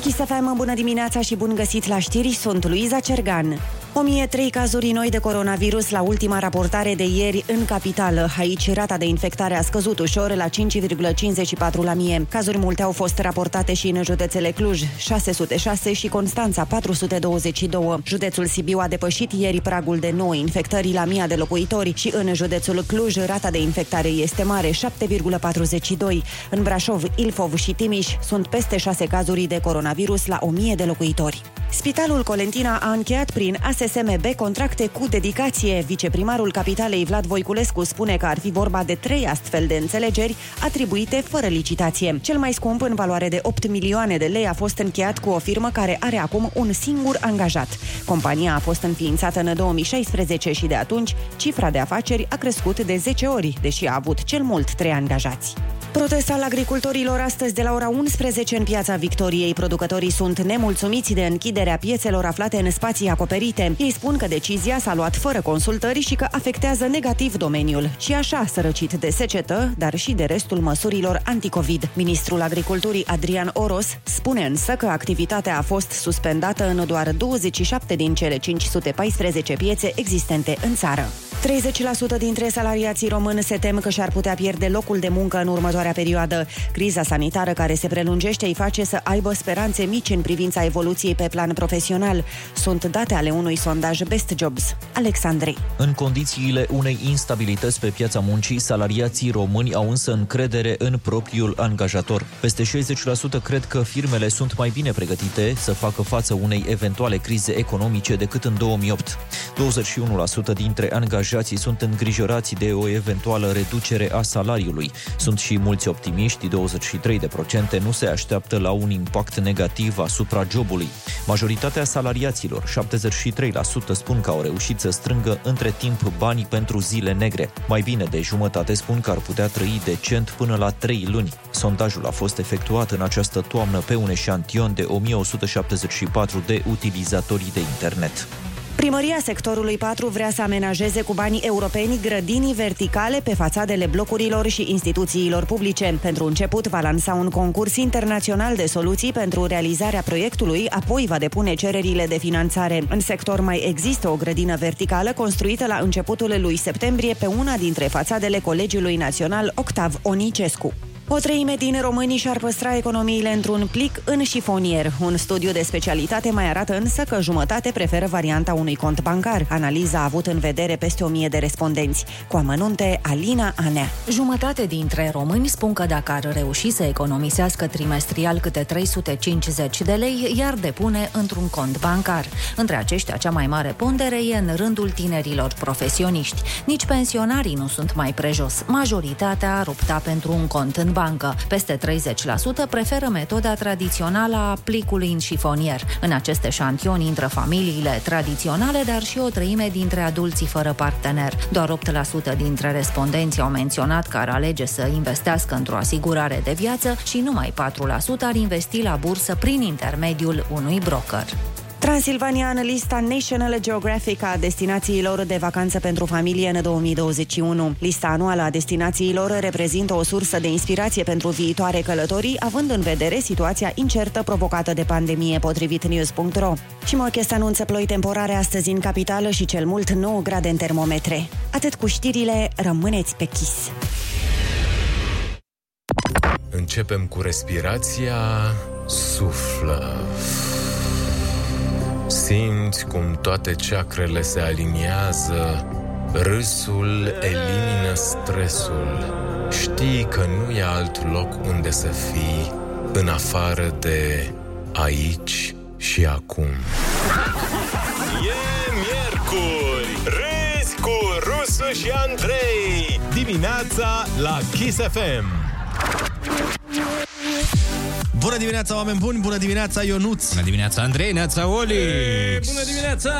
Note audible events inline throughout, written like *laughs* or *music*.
Kiss FM, bună dimineața și bun găsit la știri, sunt Luiza Cergan. 1003 cazuri noi de coronavirus la ultima raportare de ieri în capitală. Aici rata de infectare a scăzut ușor la 5,54 la mie. Cazuri multe au fost raportate și în județele Cluj, 606 și Constanța, 422. Județul Sibiu a depășit ieri pragul de 9 infectări la mia de locuitori și în județul Cluj rata de infectare este mare, 7,42. În Brașov, Ilfov și Timiș sunt peste 6 cazuri de coronavirus la 1000 de locuitori. Spitalul Colentina a încheiat prin ASSMB contracte cu dedicație. Viceprimarul capitalei Vlad Voiculescu spune că ar fi vorba de trei astfel de înțelegeri atribuite fără licitație. Cel mai scump, în valoare de 8 milioane de lei, a fost încheiat cu o firmă care are acum un singur angajat. Compania a fost înființată în 2016 și de atunci cifra de afaceri a crescut de 10 ori, deși a avut cel mult 3 angajați. Protest al agricultorilor astăzi de la ora 11 în Piața Victoriei. Producătorii sunt nemulțumiți de închiderea piețelor aflate în spații acoperite. Ei spun că decizia s-a luat fără consultări și că afectează negativ domeniul. Și așa sărăcit de secetă, dar și de restul măsurilor anticovid. Ministrul Agriculturii Adrian Oros spune însă că activitatea a fost suspendată în doar 27 din cele 514 piețe existente în țară. 30% dintre salariații români se tem că și-ar putea pierde locul de muncă în următoarea perioadă. Criza sanitară care se prelungește îi face să aibă speranțe mici în privința evoluției pe plan profesional. Sunt date ale unui sondaj Best Jobs. Alexandrei. În condițiile unei instabilități pe piața muncii, salariații români au însă încredere în propriul angajator. Peste 60% cred că firmele sunt mai bine pregătite să facă față unei eventuale crize economice decât în 2008. 21% dintre angajatori angajații sunt îngrijorați de o eventuală reducere a salariului. Sunt și mulți optimiști, 23% nu se așteaptă la un impact negativ asupra jobului. Majoritatea salariaților, 73%, spun că au reușit să strângă între timp bani pentru zile negre. Mai bine de jumătate spun că ar putea trăi decent până la 3 luni. Sondajul a fost efectuat în această toamnă pe un eșantion de 1174 de utilizatori de internet. Primăria sectorului 4 vrea să amenajeze cu banii europeni grădinii verticale pe fațadele blocurilor și instituțiilor publice. Pentru început va lansa un concurs internațional de soluții pentru realizarea proiectului, apoi va depune cererile de finanțare. În sector mai există o grădină verticală construită la începutul lui septembrie pe una dintre fațadele Colegiului Național Octav Onicescu. O treime din românii și-ar păstra economiile într-un plic în șifonier. Un studiu de specialitate mai arată însă că jumătate preferă varianta unui cont bancar. Analiza a avut în vedere peste 1000 de respondenți. Cu amănunte, Alina Anea. Jumătate dintre români spun că dacă ar reuși să economisească trimestrial câte 350 de lei, iar depune într-un cont bancar. Între aceștia, cea mai mare pondere e în rândul tinerilor profesioniști. Nici pensionarii nu sunt mai prejos. Majoritatea ar opta pentru un cont în bancă. Peste 30% preferă metoda tradițională a plicului în șifonier. În acest eșantion intră familiile tradiționale, dar și o treime dintre adulții fără partener. Doar 8% dintre respondenți au menționat că ar alege să investească într-o asigurare de viață și numai 4% ar investi la bursă prin intermediul unui broker. Transilvania în lista National Geographic a destinațiilor de vacanță pentru familie în 2021. Lista anuală a destinațiilor reprezintă o sursă de inspirație pentru viitoare călătorii, având în vedere situația incertă provocată de pandemie, potrivit news.ro. Și Mochest anunță ploi temporare astăzi în capitală și cel mult 9 grade în termometre. Atât cu știrile, rămâneți pe chis. Începem cu respirația... Suflă... Simți cum toate ceacrele se aliniază, râsul elimină stresul. Știi că nu e alt loc unde să fii în afară de aici și acum. E miercuri! Râzi cu Rusu și Andrei! Dimineața la Kiss FM! Bună dimineața, oameni buni! Bună dimineața, Ionuț! Bună dimineața, Andrei! Neața, Oli! E, bună dimineața!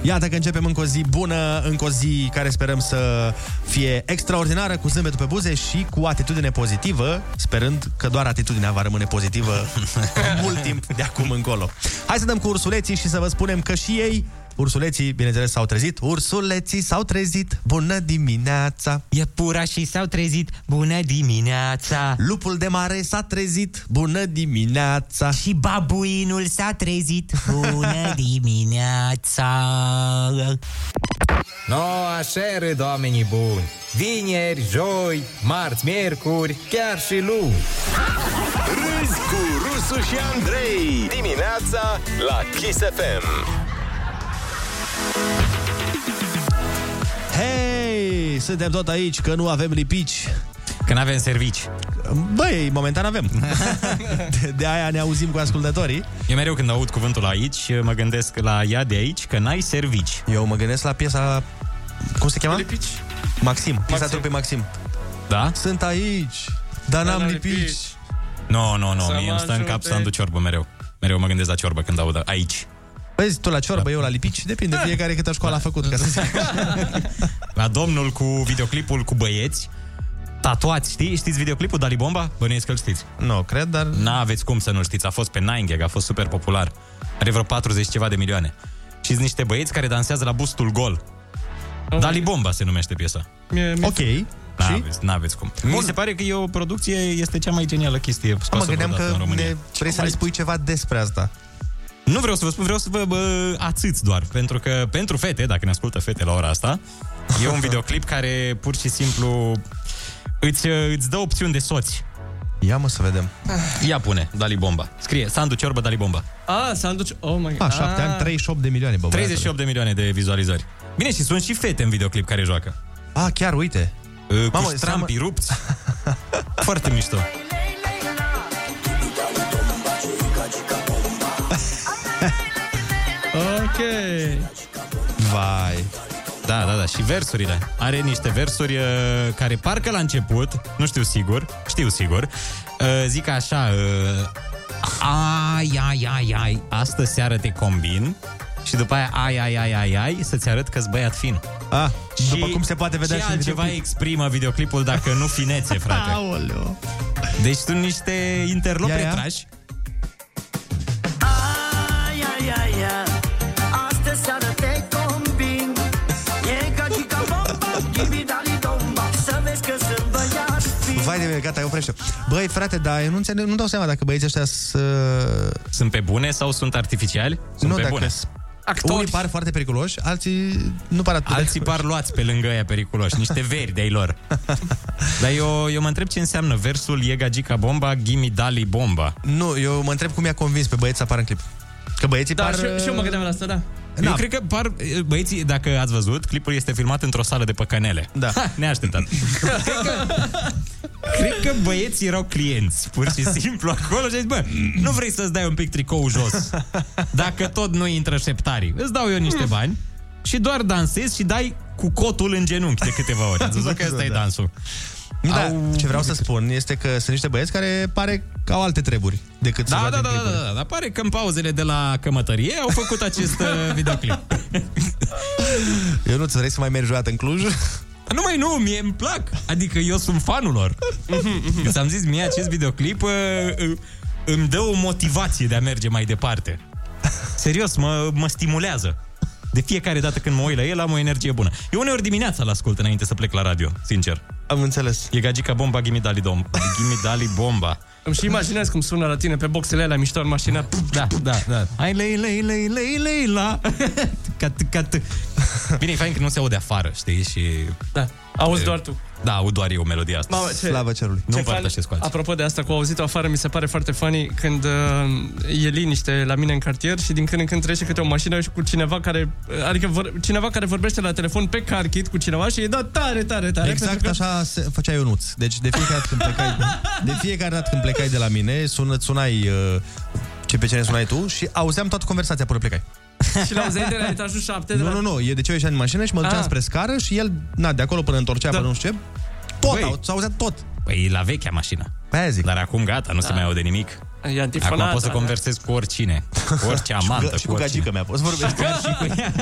Iată că începem încă o zi bună, încă o zi care sperăm să fie extraordinară, cu zâmbetul pe buze și cu atitudine pozitivă, sperând că doar atitudinea va rămâne *laughs* pozitivă mult timp de acum încolo. Hai să dăm cu ursuleții și să vă spunem că și ei Ursuleții, bineînțeles, s-au trezit. Ursuleții s-au trezit. Bună dimineața! Iepurașii s-au trezit. Bună dimineața! Lupul de mare s-a trezit. Bună dimineața! Și babuinul s-a trezit. *laughs* Bună dimineața! No, așa râd oamenii buni. Vineri, joi, marți, miercuri, chiar și luni. Râzi cu Rusu și Andrei. Dimineața la Kiss FM. Hei, suntem tot aici, că nu avem lipici. Că n-avem servici. Băi, momentan avem. De, de aia ne auzim cu ascultătorii. Eu mereu când aud cuvântul aici, mă gândesc la ea de aici, că n-ai servici. Eu mă gândesc la piesa... Cum se cheamă? Lipici. Maxim. Piesa Maxim. trupei Maxim. Da? Sunt aici, dar n-am lipici. lipici. Nu, nu, nu, mie îmi stă în cap să am ciorbă mereu. Mereu mă gândesc la ciorbă când aud aici. Vezi, tu la ciorbă, eu la lipici, depinde fiecare câtă școală a făcut. Ca să zic. La domnul cu videoclipul cu băieți, tatuați, știi? Știți videoclipul Dali Bomba? Bănuiesc că-l știți. Nu, cred, dar... N-aveți cum să nu știți, a fost pe 9gag, a fost super popular. Are vreo 40 ceva de milioane. Și sunt niște băieți care dansează la bustul gol. Dali Bomba se numește piesa. Ok. Și? N-aveți, n-aveți cum. Mi se pare că e o producție, este cea mai genială chestie Mă scoasă gândeam vreodată că în România. ne, vrei să ne spui ceva despre asta. Nu vreau să vă spun, vreau să vă bă, ațâți doar, pentru că pentru fete, dacă ne ascultă fete la ora asta, e *laughs* un videoclip care pur și simplu îți, îți dă opțiuni de soți. Ia mă să vedem. Ia pune, Dali Bomba. Scrie, Sandu Ciorbă, Dali Bomba. Ah. Ah, sanduci... Oh my god. A, șapte ani, 38 de milioane, bă, băiatule. 38 de milioane de vizualizări. Bine, și sunt și fete în videoclip care joacă. A, chiar, uite. Uh, Cu Mamă, Mamă, strampii seamă- *laughs* rupți. Foarte mișto. Ok. Vai. Da, da, da, și versurile. Are niște versuri uh, care parcă la început, nu știu sigur, știu sigur, uh, zic așa, uh, ai, ai, ai, ai, astă seară te combin și după aia ai, ai, ai, ai, ai, să-ți arăt că-s băiat fin. A, Și Ah, după cum se poate vedea ce și în altceva videoclip. exprimă videoclipul dacă nu *laughs* finețe, frate? Aoleu. Deci sunt niște interlopi Ia, ia. retrași. Vai de mine, gata, oprește. Băi, frate, dar eu nu înțeleg, nu dau seama dacă băieții ăștia să... Sunt pe bune sau sunt artificiali? Sunt nu, pe dacă bune. s- Unii par foarte periculoși, alții nu par atât. de- Alții par luați pe lângă aia periculoși, niște veri de-ai lor. *laughs* Dar eu, eu mă întreb ce înseamnă versul Iega Gica Bomba, Gimi Dali Bomba. Nu, eu mă întreb cum i-a convins pe băieți să apară în clip. Că băieții Da, par... și, și eu mă gândeam la asta, da. Da. Eu cred că par, băieții, dacă ați văzut, clipul este filmat într-o sală de păcănele. Da. Ha, neașteptat. cred, că, cred că băieții erau clienți, pur și simplu, acolo și a zis, bă, nu vrei să-ți dai un pic tricou jos, dacă tot nu intră șeptarii. Îți dau eu niște bani și doar dansezi și dai cu cotul în genunchi de câteva ori. Ați văzut că ăsta e Da. dansul. Da, Au- ce vreau să spun este că sunt niște băieți care pare că au alte treburi decât să Da, joace da, în da, da, clipuri. da, da, dar pare că în pauzele de la cămătărie au făcut acest uh, videoclip. Eu nu ți vrei să mai mergi joat în Cluj? Numai nu, mie îmi plac. Adică eu sunt fanul lor. Când ți-am zis, mie acest videoclip uh, uh, îmi dă o motivație de a merge mai departe. Serios, mă, mă stimulează. De fiecare dată când mă uit la el, am o energie bună. Eu uneori dimineața l-ascult înainte să plec la radio, sincer. Am înțeles. E gagica bomba, ghimidali dom. Ghimidali bomba. Îmi și imaginez cum sună la tine pe boxele alea mișto în mașină. Da, da, da. Hai, lei, lei, lei, lei, lei, la. *laughs* Cat, cat. Bine, e fain că nu se aude afară, știi? Și... Da, auzi doar tu. Da, aud doar eu melodia asta. Mamă, ce... Slavă cerului. nu ce împărtășesc cu fan- alții. Apropo de asta cu auzit-o afară, mi se pare foarte funny când uh, e liniște la mine în cartier și din când în când trece câte o mașină și cu cineva care, adică vor, cineva care vorbește la telefon pe car kit cu cineva și e da tare, tare, tare. Exact pentru că- așa se făcea Ionuț. Deci de fiecare dată când plecai, de fiecare dată când plecai de la mine, sună, sunai uh, ce pe cine sunai tu și auzeam toată conversația până plecai. Și la auzeai de la etajul 7 *laughs* de Nu, la... nu, nu, eu de ce eu ieșeam din mașină și mă duceam Ah. spre scară și el, na, de acolo până întorcea, Da. până nu știu ce, tot, Băi. au, s-a auzit tot. Păi la vechea mașină. Pe aia zic. Dar acum gata, nu se mai aude nimic. Da. E da. antifonata. Acum poți să conversezi cu oricine, cu orice amantă, Gă- *laughs* și cu oricine. gagica mea poți vorbești. *laughs*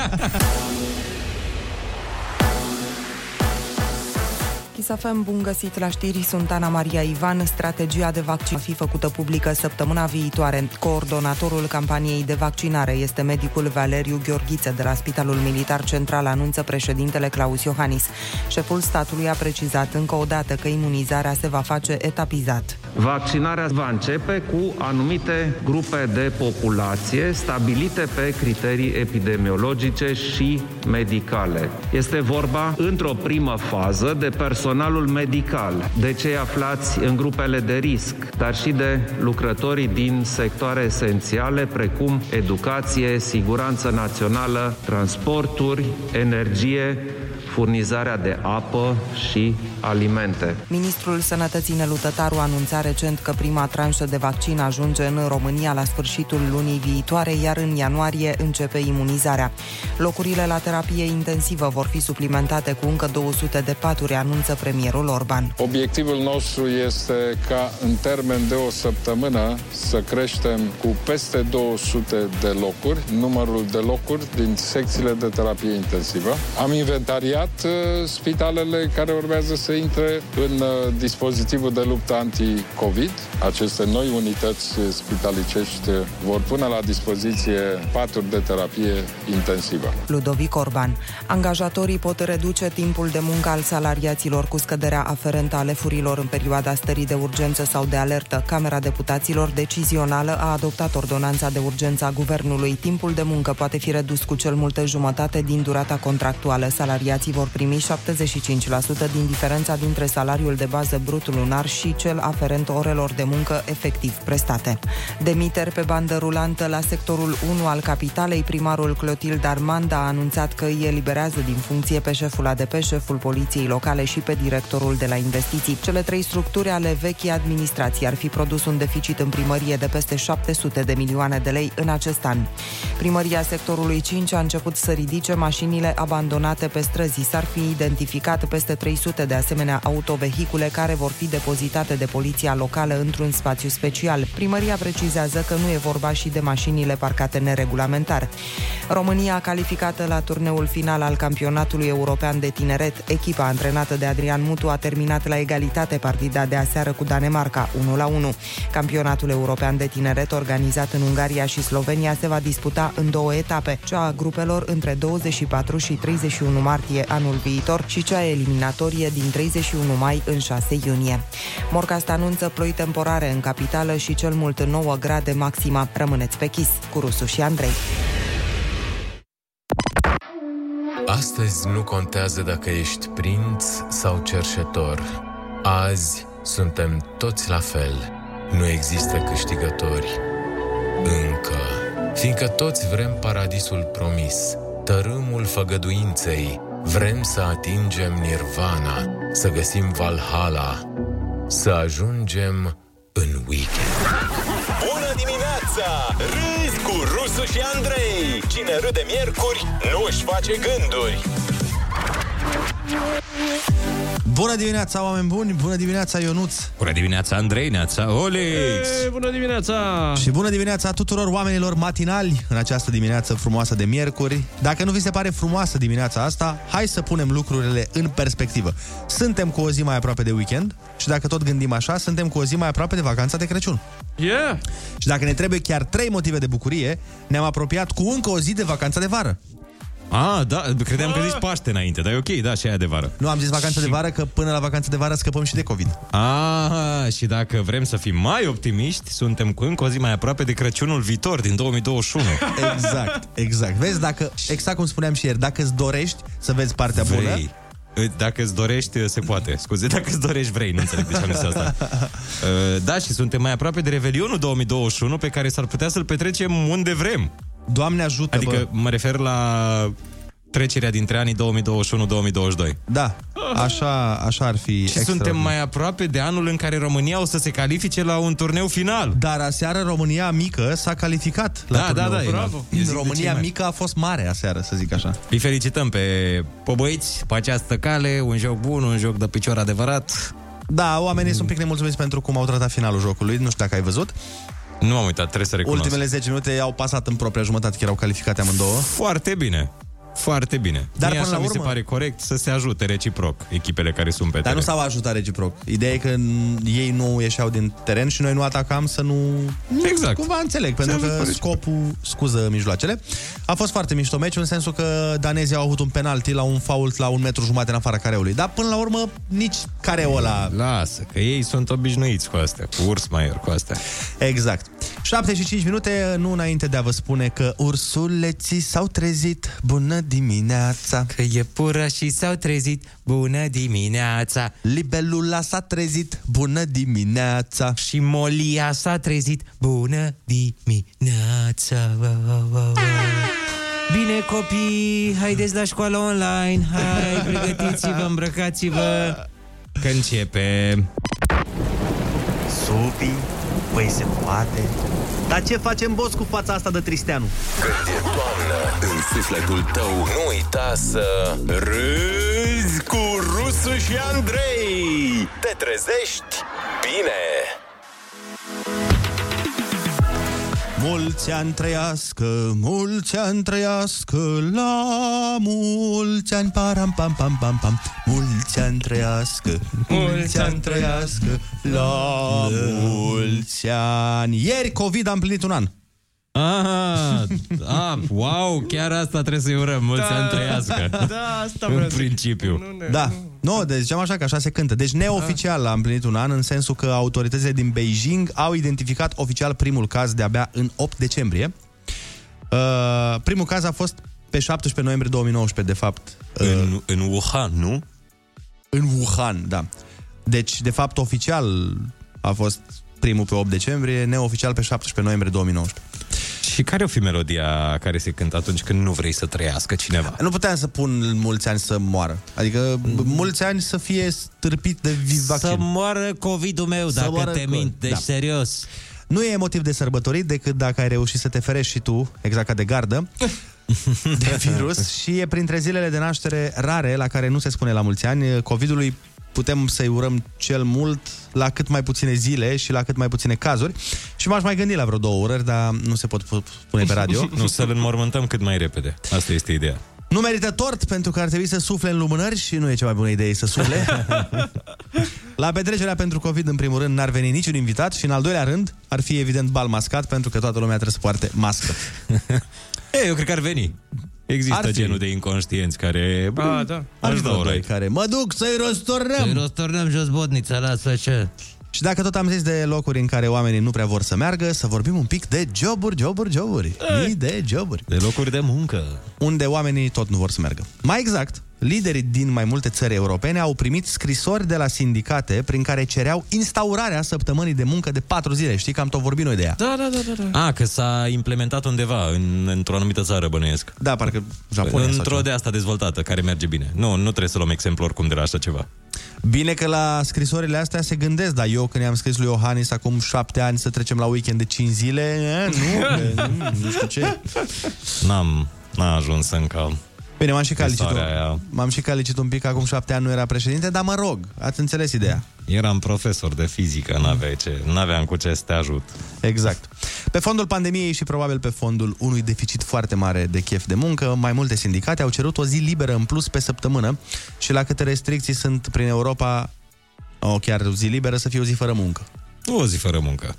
Chisafem, bun găsit la știri, sunt Ana Maria Ivan. Strategia de vaccin va fi făcută publică săptămâna viitoare. Coordonatorul campaniei de vaccinare este medicul Valeriu Gheorghiță de la Spitalul Militar Central, anunță președintele Claus Iohannis. Șeful statului a precizat încă o dată că imunizarea se va face etapizat. Vaccinarea va începe cu anumite grupe de populație stabilite pe criterii epidemiologice și medicale. Este vorba, într-o primă fază, de personalul medical, de cei aflați în grupele de risc, dar și de lucrătorii din sectoare esențiale precum educație, siguranță națională, transporturi, energie, furnizarea de apă și alimente. Ministrul Sănătății Nelu Tătaru anunța recent că prima tranșă de vaccin ajunge în România la sfârșitul lunii viitoare, iar în ianuarie începe imunizarea. Locurile la terapie intensivă vor fi suplimentate cu încă 200 de paturi, anunță premierul Orban. Obiectivul nostru este ca în termen de o săptămână să creștem cu peste 200 de locuri, numărul de locuri din secțiile de terapie intensivă. Am inventariat uh, spitalele care urmează să intre în uh, dispozitivul de luptă anti-COVID. Aceste noi unități spitalicești uh, vor pune la dispoziție paturi de terapie intensivă. Ludovic Orban. Angajatorii pot reduce timpul de muncă al salariaților cu scăderea aferentă a lefurilor în perioada stării de urgență sau de alertă. Camera Deputaților Decizională a adoptat ordonanța de urgență a Guvernului. Timpul de muncă poate fi redus cu cel multe jumătate din durata contractuală. Salariații vor primi 75% din diferența dintre salariul de bază brut lunar și cel aferent orelor de muncă efectiv prestate. Demiteri pe bandă rulantă la sectorul 1 al capitalei, primarul Clotilde Armanda a anunțat că îi eliberează din funcție pe șeful ADP, șeful poliției locale și pe directorul de la investiții. Cele trei structuri ale vechii administrații ar fi produs un deficit în primărie de peste 700 de milioane de lei în acest an. Primăria sectorului 5 a început să ridice mașinile abandonate pe străzi. S-ar fi identificat peste 300 de asemenea autovehicule care vor fi depozitate de poliția locală într-un spațiu special. Primăria precizează că nu e vorba și de mașinile parcate neregulamentar. România calificată la turneul final al campionatului european de tineret, echipa antrenată de Adrian Mutu a terminat la egalitate partida de aseară cu Danemarca 1 la 1. Campionatul european de tineret organizat în Ungaria și Slovenia se va disputa în două etape, cea a grupelor între 24 și 31 martie anul viitor și cea eliminatorie din 31 mai în 6 iunie. Morcast anunță ploi temporare în capitală și cel mult 9 grade maxima. Rămâneți pe chis cu Rusu și Andrei. Astăzi nu contează dacă ești prinț sau cerșetor. Azi suntem toți la fel. Nu există câștigători. Încă. Fiindcă toți vrem paradisul promis, tărâmul făgăduinței, vrem să atingem nirvana, să găsim Valhalla, să ajungem în weekend. Bună dimineața! Râzi cu Rusu și Andrei. Cine râde miercuri, nu își face gânduri. Bună dimineața, oameni buni! Bună dimineața, Ionuț! Bună dimineața, Andrei, neața, Olix! Ei, bună dimineața! Și bună dimineața tuturor oamenilor matinali în această dimineață frumoasă de miercuri. Dacă nu vi se pare frumoasă dimineața asta, hai să punem lucrurile în perspectivă. Suntem cu o zi mai aproape de weekend și dacă tot gândim așa, suntem cu o zi mai aproape de vacanța de Crăciun. Yeah! Și dacă ne trebuie chiar trei motive de bucurie, ne-am apropiat cu încă o zi de vacanța de vară. Ah, da, credeam că zici Paște înainte, dar e ok, da, și aia de vară. Nu, am zis vacanța de vară, că până la vacanța de vară scăpăm și de COVID. Ah, și dacă vrem să fim mai optimiști, suntem cu încă o zi mai aproape de Crăciunul viitor, din 2021. *laughs* Exact, exact. Vezi, dacă, exact cum spuneam și ieri, dacă îți dorești să vezi partea bună, Vrei. Dacă îți dorești, se poate. Scuze, dacă îți dorești, vrei. Nu înțeleg de ce am zis asta. Uh, Da, și suntem mai aproape de Revelionul 2021, pe care s-ar putea să-l petrecem unde vrem. Doamne ajută, Adică bă. mă refer la trecerea dintre anii 2021-2022. Da, așa, așa ar fi Și suntem mai aproape de anul în care România o să se califice la un turneu final. Dar aseară România mică s-a calificat la Da, da, turneul da, final. bravo. Eu zic de ce România mai- mică a fost mare aseară, să zic așa. Îi felicităm pe pobăiți pe această cale, un joc bun, un joc de picior adevărat. Da, oamenii sunt un pic nemulțumiți pentru cum au tratat finalul jocului, nu știu dacă ai văzut. Nu am uitat, trebuie să recunosc. Ultimele 10 minute au pasat în propria jumătate, că erau calificate amândouă. Foarte bine. Foarte bine. Dar Dar Mie până așa la mi se urmă- pare corect să se ajute reciproc echipele care sunt pe Dar nu teren. s-au ajutat reciproc. Ideea e că n- ei nu ieșeau din teren și noi nu atacam să nu... Exact. Cumva înțeleg, pentru Se că ajută scopul, scuză mijloacele, a fost foarte mișto meci, în sensul că danezii au avut un penalti la un fault la un metru jumate în afara careului. Dar până la urmă, nici careul ăla... Lasă, că ei sunt obișnuiți cu astea, cu urs maior, cu astea. Exact. 75 minute, nu înainte de a vă spune că ursuleții s-au trezit, bună dimineața. Că e pură și s-au trezit, bună dimineața. Libelula s-a trezit, bună dimineața. Și molia s-a trezit, bună Dimineața Bine copii, haideți la școală online Hai, pregătiți-vă, îmbrăcați-vă Că începe... Supi? Păi se poate. Dar ce facem, boss, cu fața asta de Tristeanu? Când e toamnă în sufletul tău, nu uita să râzi cu Rusu și Andrei. Te trezești bine. Mulți ani trăiască, mulți ani trăiască, la mulți ani, param, pam, pam, pam, pam, mulți ani trăiască, mulți ani trăiască, la mulți ani. Ieri COVID a împlinit un an. Aha, a, Ah, da, wow, chiar asta trebuie să-i urăm, mulți ani trăiască. Da, *laughs* asta În vreau să zic. principiu. Da. Nu, deci ziceam așa că așa se cântă. Deci neoficial a împlinit un an în sensul că autoritățile din Beijing au identificat oficial primul caz de-abia în 8 decembrie. Uh, primul caz a fost pe 17 noiembrie 2019, de fapt. uh, În, în Wuhan, nu? În Wuhan, da. Deci, de fapt, oficial a fost primul pe 8 decembrie, neoficial pe 17 noiembrie 2019. Și care o fi melodia care se cântă atunci când nu vrei să trăiască cineva? Nu puteam să pun mulți ani să moară. Adică mm. mulți ani să fie stârpit de vi- vaccin. Să moară COVID-ul meu, Să dacă moară te COVID, mint, deci da. serios. Nu e motiv de sărbătorit decât dacă ai reușit să te ferești și tu, exact ca de *laughs* gardă, de virus și e printre zilele de naștere rare la care nu se spune la mulți ani. COVID-ului putem să-i urăm cel mult la cât mai puține zile și la cât mai puține cazuri. Și m-aș mai gândi la vreo două urări, dar nu se pot pu- spune pe radio. *laughs* Nu, să-l înmormântăm cât mai repede. Asta este ideea. Nu merită tort pentru că ar trebui să sufle în lumânări și nu e cea mai bună idee să sufle. La petrecerea pentru COVID, în primul rând, n-ar veni niciun invitat și, în al doilea rând, ar fi evident bal mascat pentru că toată lumea trebuie să poarte mască. Ei, eu cred că ar veni. Există Ar fi. ar genul de inconștienți Ah, care... A, da. Ar Există da o doi care... Mă duc să-i răsturnăm! Să-i răsturnăm jos bodnița, lasă ce... Și dacă tot am zis de locuri în care oamenii nu prea vor să meargă, să vorbim un pic de joburi, joburi, joburi. Mii de joburi. De locuri de muncă. Unde oamenii tot nu vor să meargă. Mai exact, liderii din mai multe țări europene au primit scrisori de la sindicate prin care cereau instaurarea săptămânii de muncă de patru zile. Știi că am tot vorbit noi de ea. Da, da, da, da. da. A, Ah, că s-a implementat undeva, în, într-o anumită țară, bănuiesc. Da, parcă Japonia sau Într-o de asta dezvoltată, care merge bine. Nu, nu trebuie să luăm exemplu oricum de la așa ceva. Bine că la scrisorile astea se gândesc, dar eu când i-am scris lui Iohannis acum șapte ani să trecem la weekend de cinci zile, e, nu, e, nu, nu știu ce. N-am, n-a ajuns încă. Bine, m-am și calicit, Scrisoarea un, aia. m-am și calicit un pic, acum șapte ani nu era președinte, dar mă rog, ați înțeles ideea. Eram profesor de fizică, n-aveai ce, n-aveam cu ce să te ajut. Exact. Pe fondul pandemiei și probabil pe fondul unui deficit foarte mare de chef de muncă, mai multe sindicate au cerut o zi liberă în plus pe săptămână și la câte restricții sunt prin Europa, o chiar zi liberă să fie o zi fără muncă. O zi fără muncă.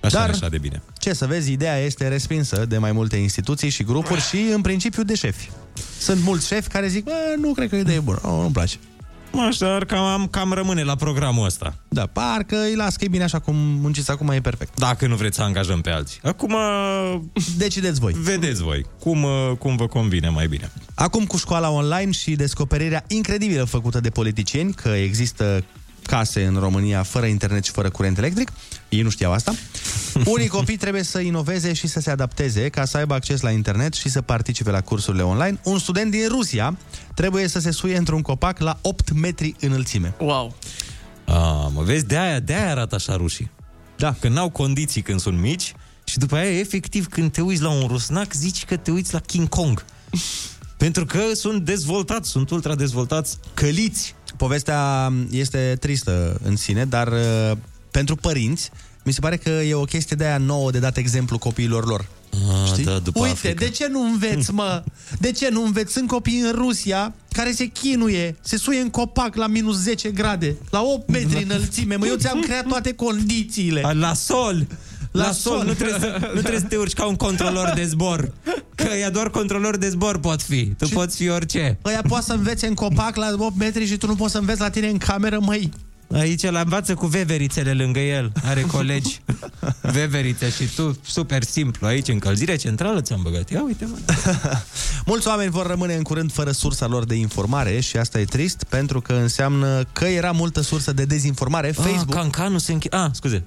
Așa Dar- Dar... așa de bine. Ce să vezi, ideea este respinsă de mai multe instituții și grupuri și, în principiu, de șefi. Sunt mulți șefi care zic, bă, nu cred că e o idee bună, oh, nu-mi place. Așa, dar cam, cam rămâne la programul ăsta. Da, parcă îi las că e bine așa cum munciți acum, e perfect. Dacă nu vreți să angajăm pe alții. Acum... Uh, Decideți voi. Vedeți voi. Cum, uh, cum vă convine mai bine. Acum cu școala online și descoperirea incredibilă făcută de politicieni că există case în România fără internet și fără curent electric, ei nu *laughs* știau asta, unii copii trebuie să inoveze și să se adapteze ca să aibă acces la internet și să participe la cursurile online. Un student din Rusia trebuie să se suie într-un copac la 8 metri înălțime. Wow! A, mă vezi, de-aia, de-aia arată așa rușii. Da. Că n-au condiții când sunt mici și după aia, efectiv, când te uiți la un rusnac, zici că te uiți la King Kong. Pentru că sunt dezvoltați, sunt ultra dezvoltați, căliți. Povestea este tristă în sine, dar uh, pentru părinți, mi se pare că e o chestie de aia nouă de dat exemplu copiilor lor. Ah, da, după Uite, Africa. de ce nu înveți, mă? De ce nu înveți? Sunt copii în Rusia care se chinuie, se suie în copac la minus 10 grade, la 8 metri înălțime. Mă, eu ți-am creat toate condițiile. La sol! La, la sol, nu trebuie, să, nu *laughs* trebuie să te urci ca un controlor de zbor. Că ea doar controlor de zbor pot fi. Tu și poți fi orice. Ăia poate să învețe în copac la 8 metri și tu nu poți să înveți la tine în cameră, măi. Aici la învață cu veverițele lângă el. Are *laughs* colegi veverițe și tu super simplu. Aici încălzire centrală ți-am băgat. Ia uite, mă. Mulți oameni vor rămâne în curând fără sursa lor de informare și asta e trist pentru că înseamnă că era multă sursă de dezinformare. Ah, *laughs* Facebook... cancanul se închide. Ah, scuze.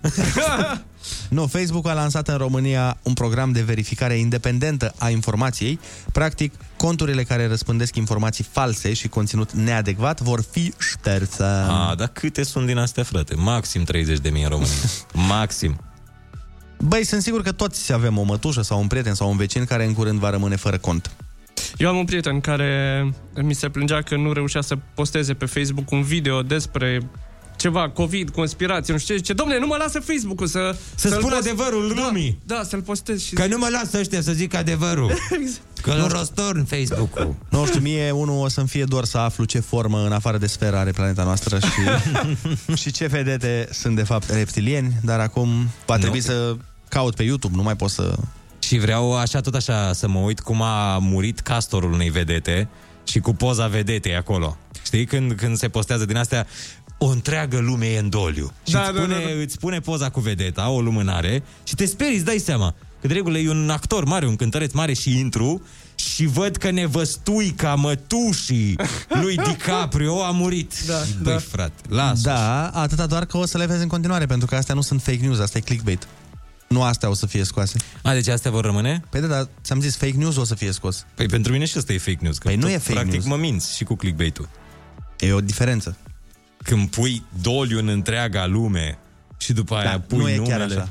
nu, Facebook a lansat în România un program de verificare independentă a informației. Practic, conturile care răspândesc informații false și conținut neadecvat vor fi șterse. Ah, dar câte sunt din astea, frate? Maxim 30 de mii în România. Maxim. Băi, sunt sigur că toți avem o mătușă sau un prieten sau un vecin care în curând va rămâne fără cont. Eu am un prieten care mi se plângea că nu reușea să posteze pe Facebook un video despre ceva, COVID, conspirație, nu știu ce, zice, domne, nu mă lasă Facebook-ul să... Să să-l spun adevărul lumii. Da, să-l postez și... Că nu mă lasă ăștia să zic adevărul. Că îl rostorn Facebook-ul. Nu știu, mie unul o să-mi fie doar să aflu ce formă în afară de sferă are planeta *laughs* noastră și, și ce vedete sunt de fapt reptilieni, dar acum va trebui să caut pe YouTube, nu mai pot să... Și vreau așa, tot așa, să mă uit cum a murit castorul unei vedete și cu poza vedetei acolo. Știi, când, când se postează din astea, o întreagă lume e în doliu. Și da, Da, îți, da, pune, da, da. îți pune poza cu vedeta, o lumânare, și te sperii, îți dai seama. Că de regulă e un actor mare, un cântăreț mare și intru și văd că nevăstuica mătușii *laughs* lui DiCaprio a murit. Da, Băi, da. frate, las Da, atâta doar că o să le vezi în continuare, pentru că astea nu sunt fake news, asta e clickbait. Nu astea o să fie scoase. A, deci astea vor rămâne? Păi da, dar ți-am zis, fake news o să fie scos. Păi pentru mine și asta e fake news. Că Păi nu tot, e fake practic news. mă minți și cu clickbait-ul. E o diferență. Când pui doliu în întreaga lume și după aia Da, pui nu e numele... chiar așa.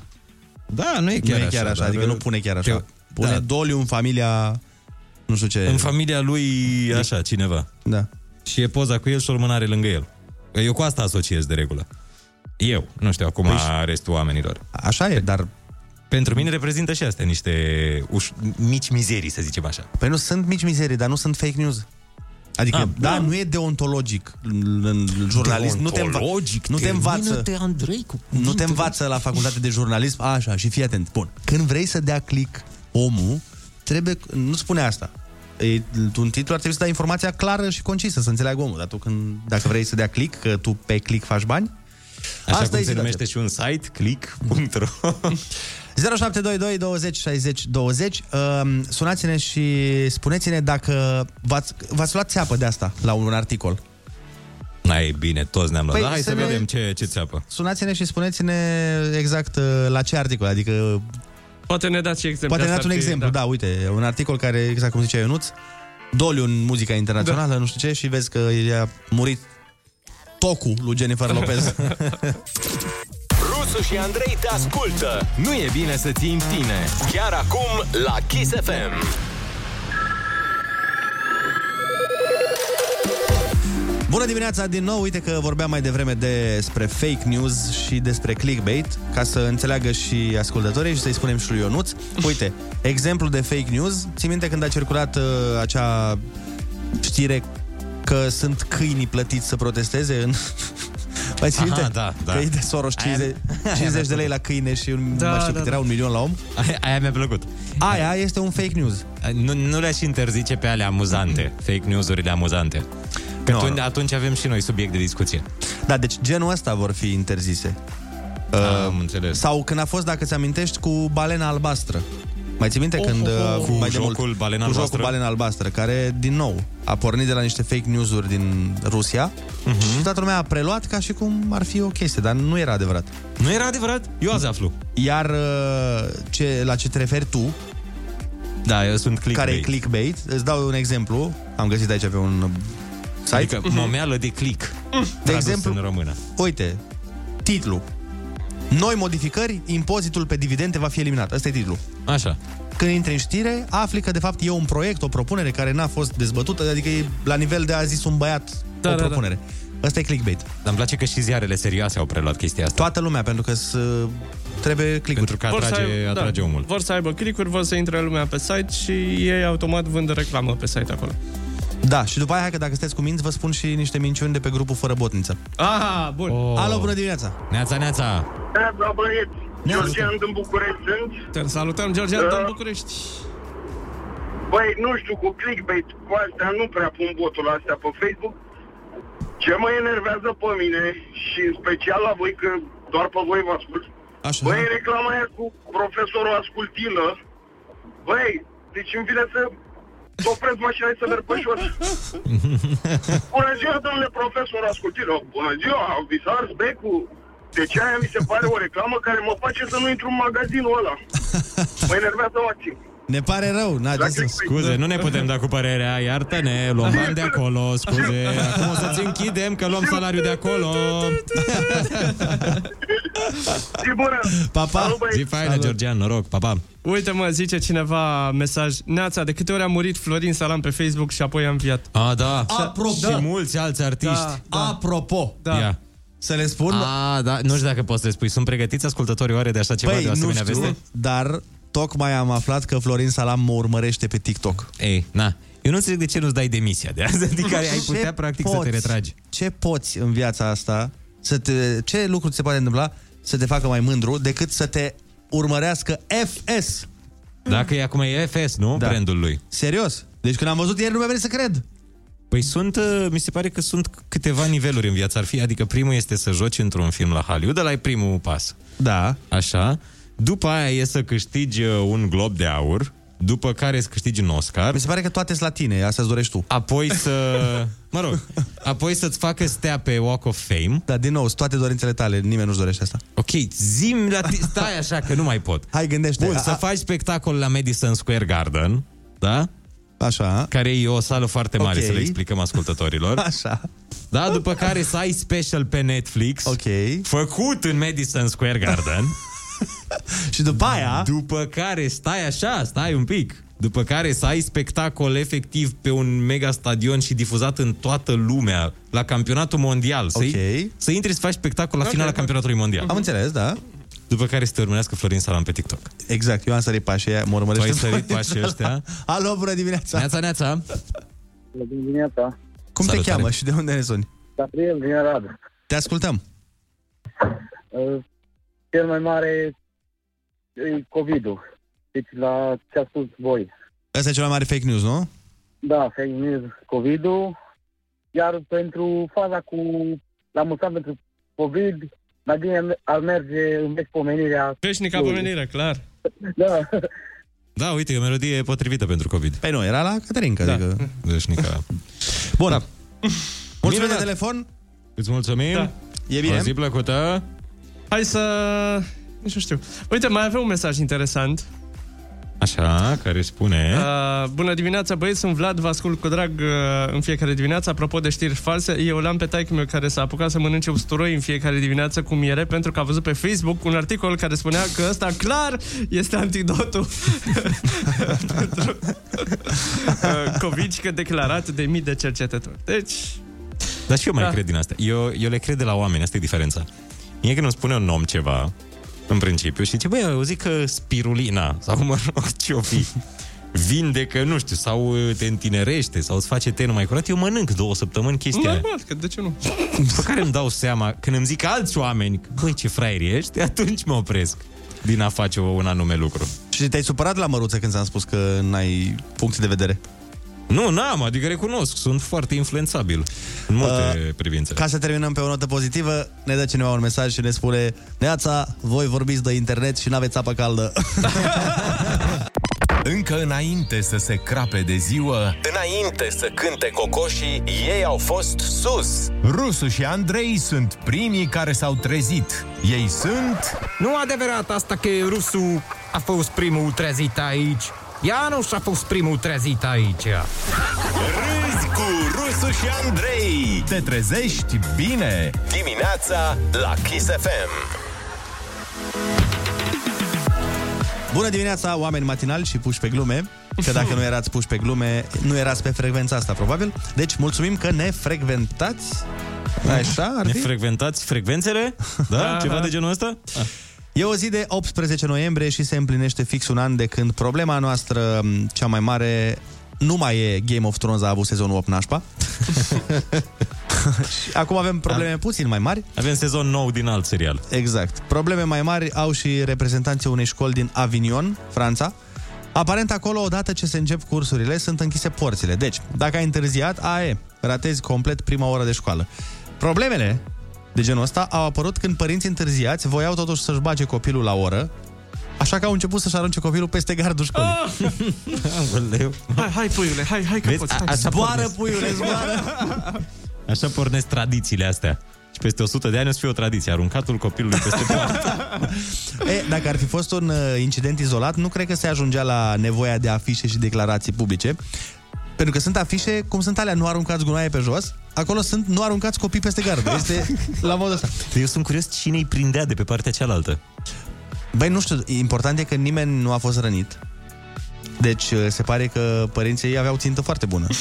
Da, nu e chiar nu e așa, chiar așa, dar- adică nu pune chiar așa. Te- Pune da. doliu în familia... Nu știu ce... În familia lui așa, cineva. Da. Și e poza cu el și o rămânare lângă el. Eu cu asta asociez de regulă. Eu, nu știu acum Păi păi restul oamenilor. Așa e, dar... Pentru mine reprezintă și astea niște uș- mici mizerii, să zicem așa. Păi nu sunt mici mizerii, dar nu sunt fake news. Adică, Ah, ah, da, nu e deontologic în- în jurnalism. Nu te, înva- Deontologic, nu te învață. termină-te, Andrei, cu nu te învață la facultate de jurnalism. Așa, și fii atent. Bun. Când vrei să dea click omul, trebuie... Nu spune asta. E, un titlu ar trebui să dai informația clară și concisă, să înțeleagă omul. Dar tu, când, dacă vrei să dea click, că tu pe click faci bani, Așa asta cum e se situația. numește și un site, *laughs* click.ro 0722 20 60 20 um, Sunați-ne și spuneți-ne dacă v-ați, v-ați luat țeapă de asta la un articol. N-ai bine, toți ne-am luat. Păi Păi, hai să să, ne- vedem ce, ce țeapă. Sunați-ne și spuneți-ne exact uh, la ce articol, adică Poate ne dați și exemple. poate ne asta dați un ar fi- exemplu, da. da, uite, un articol care, exact cum zicea Ionuț, doliu în muzica internațională, da. nu știu ce, și vezi că i-a murit tocul lui Jennifer Lopez. Rusu și Andrei te ascultă. Nu e bine să ții în tine. Chiar acum la Kiss FM. Bună dimineața din nou, uite că vorbeam mai devreme despre fake news și despre clickbait, ca să înțeleagă și ascultătorii și să-i spunem și lui Ionuț. Uite, exemplu de fake news, ții minte când a circulat uh, acea știre că sunt câinii plătiți să protesteze în... *laughs* Mai ții Aha, minte? da, da. Că e de Soros 50, 50 de lei la câine și un, da, Da, mai da, știu da, cât da. era, un milion la om. Aia, aia mi-a plăcut. Aia este un fake news. Nu, nu le-aș interzice pe ale amuzante, fake news-urile amuzante. Că Nu, atunci, nu. atunci avem și noi subiect de discuție. Da, deci genul ăsta vor fi interzise. Da, Am înțeles. Sau când a fost, dacă ți-amintești, cu balena albastră. Mai ții minte Oh, când oh, oh. uh, Cu mai jocul de mult, Balena cu jocul Albastră? balena albastră, care din nou a pornit de la niște fake news-uri din Rusia Mhm. uh-huh. și toată lumea a preluat ca și cum ar fi o chestie, dar nu era adevărat. Nu era adevărat? Eu azi aflu. Iar uh, ce, la ce te referi tu, Da, eu sunt clickbait. care e clickbait, îți dau un exemplu, am găsit aici pe un uh, site. Mhm. Adică momeală de click. De Tradus exemplu, în română. Uite, titlu. Noi modificări, impozitul pe dividende va fi eliminat. Asta e titlul. Așa. Când intri în știre, afli că de fapt e un proiect, o propunere care n-a fost dezbătută, adică e la nivel de a zis un băiat da, o da, da. propunere. Ăsta e clickbait. Dar îmi place că și ziarele serioase au preluat chestia asta. Toată lumea, pentru că să trebuie click Pentru că atrage, atrage da, omul. Vor să aibă click-uri, vor să intre lumea pe site și ei automat vând reclamă pe site acolo. Da, și după aia, hai că dacă sunteți cu minți, vă spun și niște minciuni de pe grupul Fără Botniță. Aha, bun. Oh. Alo, bună dimineața! Neața, neața! Da, băieți, Georgian din București sunt. Te salutăm, Georgian, Da. da. din București. Băi, nu știu, cu clickbait, cu astea nu prea pun botul astea pe Facebook. Ce mă enervează pe mine și în special la voi, că doar pe voi vă ascult, Așa. Băi, reclama aia cu profesorul ascultilă. Băi, deci îmi vine să să opresc mașina și să merg pe jos. Bună ziua, domnule profesor ascultilă. Bună ziua, Visar Becu. Deci aia mi se pare o reclamă care mă face să nu intru în magazinul ăla. Mă enervează maxim. Ne pare rău, n Scuze, nu ne putem da cu părerea, iartă-ne, luăm bani de acolo, scuze. Acum o să-ți închidem că luăm salariul de acolo. Zi bună! Pa, pa! Zi faină, Georgian, noroc, pa, pa! Uite mă, zice cineva mesaj Neața, de câte ori a murit Florin Salam pe Facebook și apoi a înviat A, da Apropo. Și mulți alți artiști Da, da. Apropo Da. Ia. Să le spun? A, da, nu știu dacă poți să le spui. Sunt pregătiți ascultătorii oare de așa ceva, de o Băi, Păi, nu asemenea știu, veste? dar tocmai am aflat că Florin Salam mă urmărește pe TikTok. Ei, na. Eu nu înțeleg de ce nu-ți dai demisia de azi, adică ai Ce putea practic să te poți- retragi. Ce poți în viața asta, să te, ce lucru ți se poate întâmpla să te facă mai mândru decât să te urmărească FS? Dacă e acum e FS, nu? Da. Brandul lui. Serios? Deci când am văzut ieri nu mi-a venit să cred. Păi sunt, uh, mi se pare că sunt câteva niveluri în viață ar fi, adică primul este să joci într-un film la Hollywood, ăla e primul pas. Da. Așa. După aia e să câștigi uh, un glob de aur, după care să câștigi un Oscar. Mi se pare că toate sunt la tine, asta îți dorești tu. Apoi să... *laughs* mă rog, apoi să-ți facă stea pe Walk of Fame. Da, din nou, sunt toate dorințele tale, nimeni nu-și dorește asta. Ok, zim la ti- *laughs* stai așa că nu mai pot. Hai, gândește. Bun, A- să faci spectacol la Madison Square Garden, da? Așa. Care e o sală foarte mare, Ok. okay. să le explicăm ascultătorilor. *laughs* Așa. Da, după care să ai special pe Netflix. Ok. Făcut în Madison Square Garden. *laughs* și după aia... După care stai așa, stai un pic. După care să ai spectacol efectiv pe un mega stadion și difuzat în toată lumea, la campionatul mondial. Să, Ok. să intri să faci spectacol la Ok, finala ok. campionatului mondial. Am înțeles, da. După care să te urmărească Florin Salam pe TikTok. Exact, eu am sărit pașii aia, mă urmărește. Tu ai sărit pașii ăștia? Alo, bună dimineața! Neața, neața! Bună dimineața! Cum te Salutare. cheamă și de unde ne suni? Gabriel din Arad. Te ascultăm. Uh, Cel mai mare e COVID-ul. Deci la ce a spus voi. Ăsta e cel mai mare fake news, nu? Da, fake news, COVID-ul. Iar pentru faza cu la mulți ani pentru COVID, mai bine ar merge în veci pomenirea... Veșnica pomenire, clar Da. Da, uite, e o melodie potrivită pentru COVID. Păi nu, era la Caterinca, da. adică... Deci, Nica. Bun. Da. Mulțumim Minunat. de telefon. Îți mulțumim. Da. E bine. O zi plăcută. Hai să... Nici nu știu Uite, mai avem un mesaj interesant Așa, care spune... Uh, bună dimineața, băieți, sunt Vlad, vă ascult cu drag uh, în fiecare dimineață. Apropo de știri false, eu l-am pe taică meu care s-a apucat să mănânce usturoi în fiecare dimineață cu miere pentru că a văzut pe Facebook un articol care spunea că ăsta clar este antidotul *laughs* pentru uh, COVID și că declarat de mii de cercetători. Deci, Dar și eu mai Da. da. cred din asta. Eu, eu le cred de la oameni, asta e diferența. Mie când îmi spune un om ceva, în principiu, și zice, băi, eu zic că spirulina, sau mă rog, ce o fi, vindecă, nu știu, sau uh, te întinerește, sau îți face tenul mai curat, eu mănânc două săptămâni chestia aia. normal, că de ce nu? Pe care îmi dau seama, când îmi zic alți oameni, băi, ce fraier ești, *laughs* atunci mă opresc din a face un anume lucru. Și te-ai supărat la măruță când ți-am spus că n-ai puncte de vedere. Nu, n-am, adică recunosc, sunt foarte influențabil în multe uh, privințe. Ca să terminăm pe o notă pozitivă, ne dă cineva un mesaj și ne spune Neața, voi vorbiți de internet și n-aveți apă caldă. Încă înainte să se crape de ziua, Înainte să cânte cocoșii, ei au fost sus. Rusu și Andrei sunt primii care s-au trezit. Ei sunt... Nu adevărat asta că rusul a fost primul trezit aici. Ea nu și-a fost primul trezit aici. Râzi cu Rusu și Andrei. Te trezești bine. Dimineața la Kiss FM. Bună dimineața, oameni matinali și puși pe glume. Că dacă nu erați puși pe glume, nu erați pe frecvența asta, probabil. Deci, mulțumim că ne frecventați. Așa ar Ne fi. frecventați frecvențele? Da? Aha. Ceva de genul ăsta? E o zi de 18 noiembrie și se împlinește fix un an de când problema noastră m, cea mai mare nu mai e Game of Thrones a avut sezonul 8 nașpa. *laughs* și acum avem probleme puțin mai mari. Da. Avem sezon nou din alt serial. Exact. Probleme mai mari au și reprezentanții unei școli din Avignon, Franța. Aparent acolo, odată ce se încep cursurile, sunt închise porțile. Deci, dacă ai întârziat, a e, ratezi complet prima oră de școală. Problemele de genul ăsta au apărut când părinții întârziați voiau totuși să-și bage copilul la oră, așa că au început să-și arunce copilul peste gardul școlii. Ah! *laughs* Hai, hai, puiule, Eh, hai, hai că Vezi? poți. A- Hai. așa pornesc. zboară! Așa pornesc tradițiile astea. Și peste 100 de ani o să fie o tradiție, aruncatul copilului peste poartă. E, dacă ar fi fost un uh, incident izolat, nu cred că se ajungea la nevoia de afișe și declarații publice. Pentru că sunt afișe, cum sunt alea, nu aruncați gunoaie pe jos, acolo sunt nu aruncați copii peste gardă. Este la modul ăsta. Eu sunt curios cine îi prindea de pe partea cealaltă. Băi, nu știu, important e că nimeni nu a fost rănit. Deci uh, se pare că părinții ei aveau țintă foarte bună. *laughs*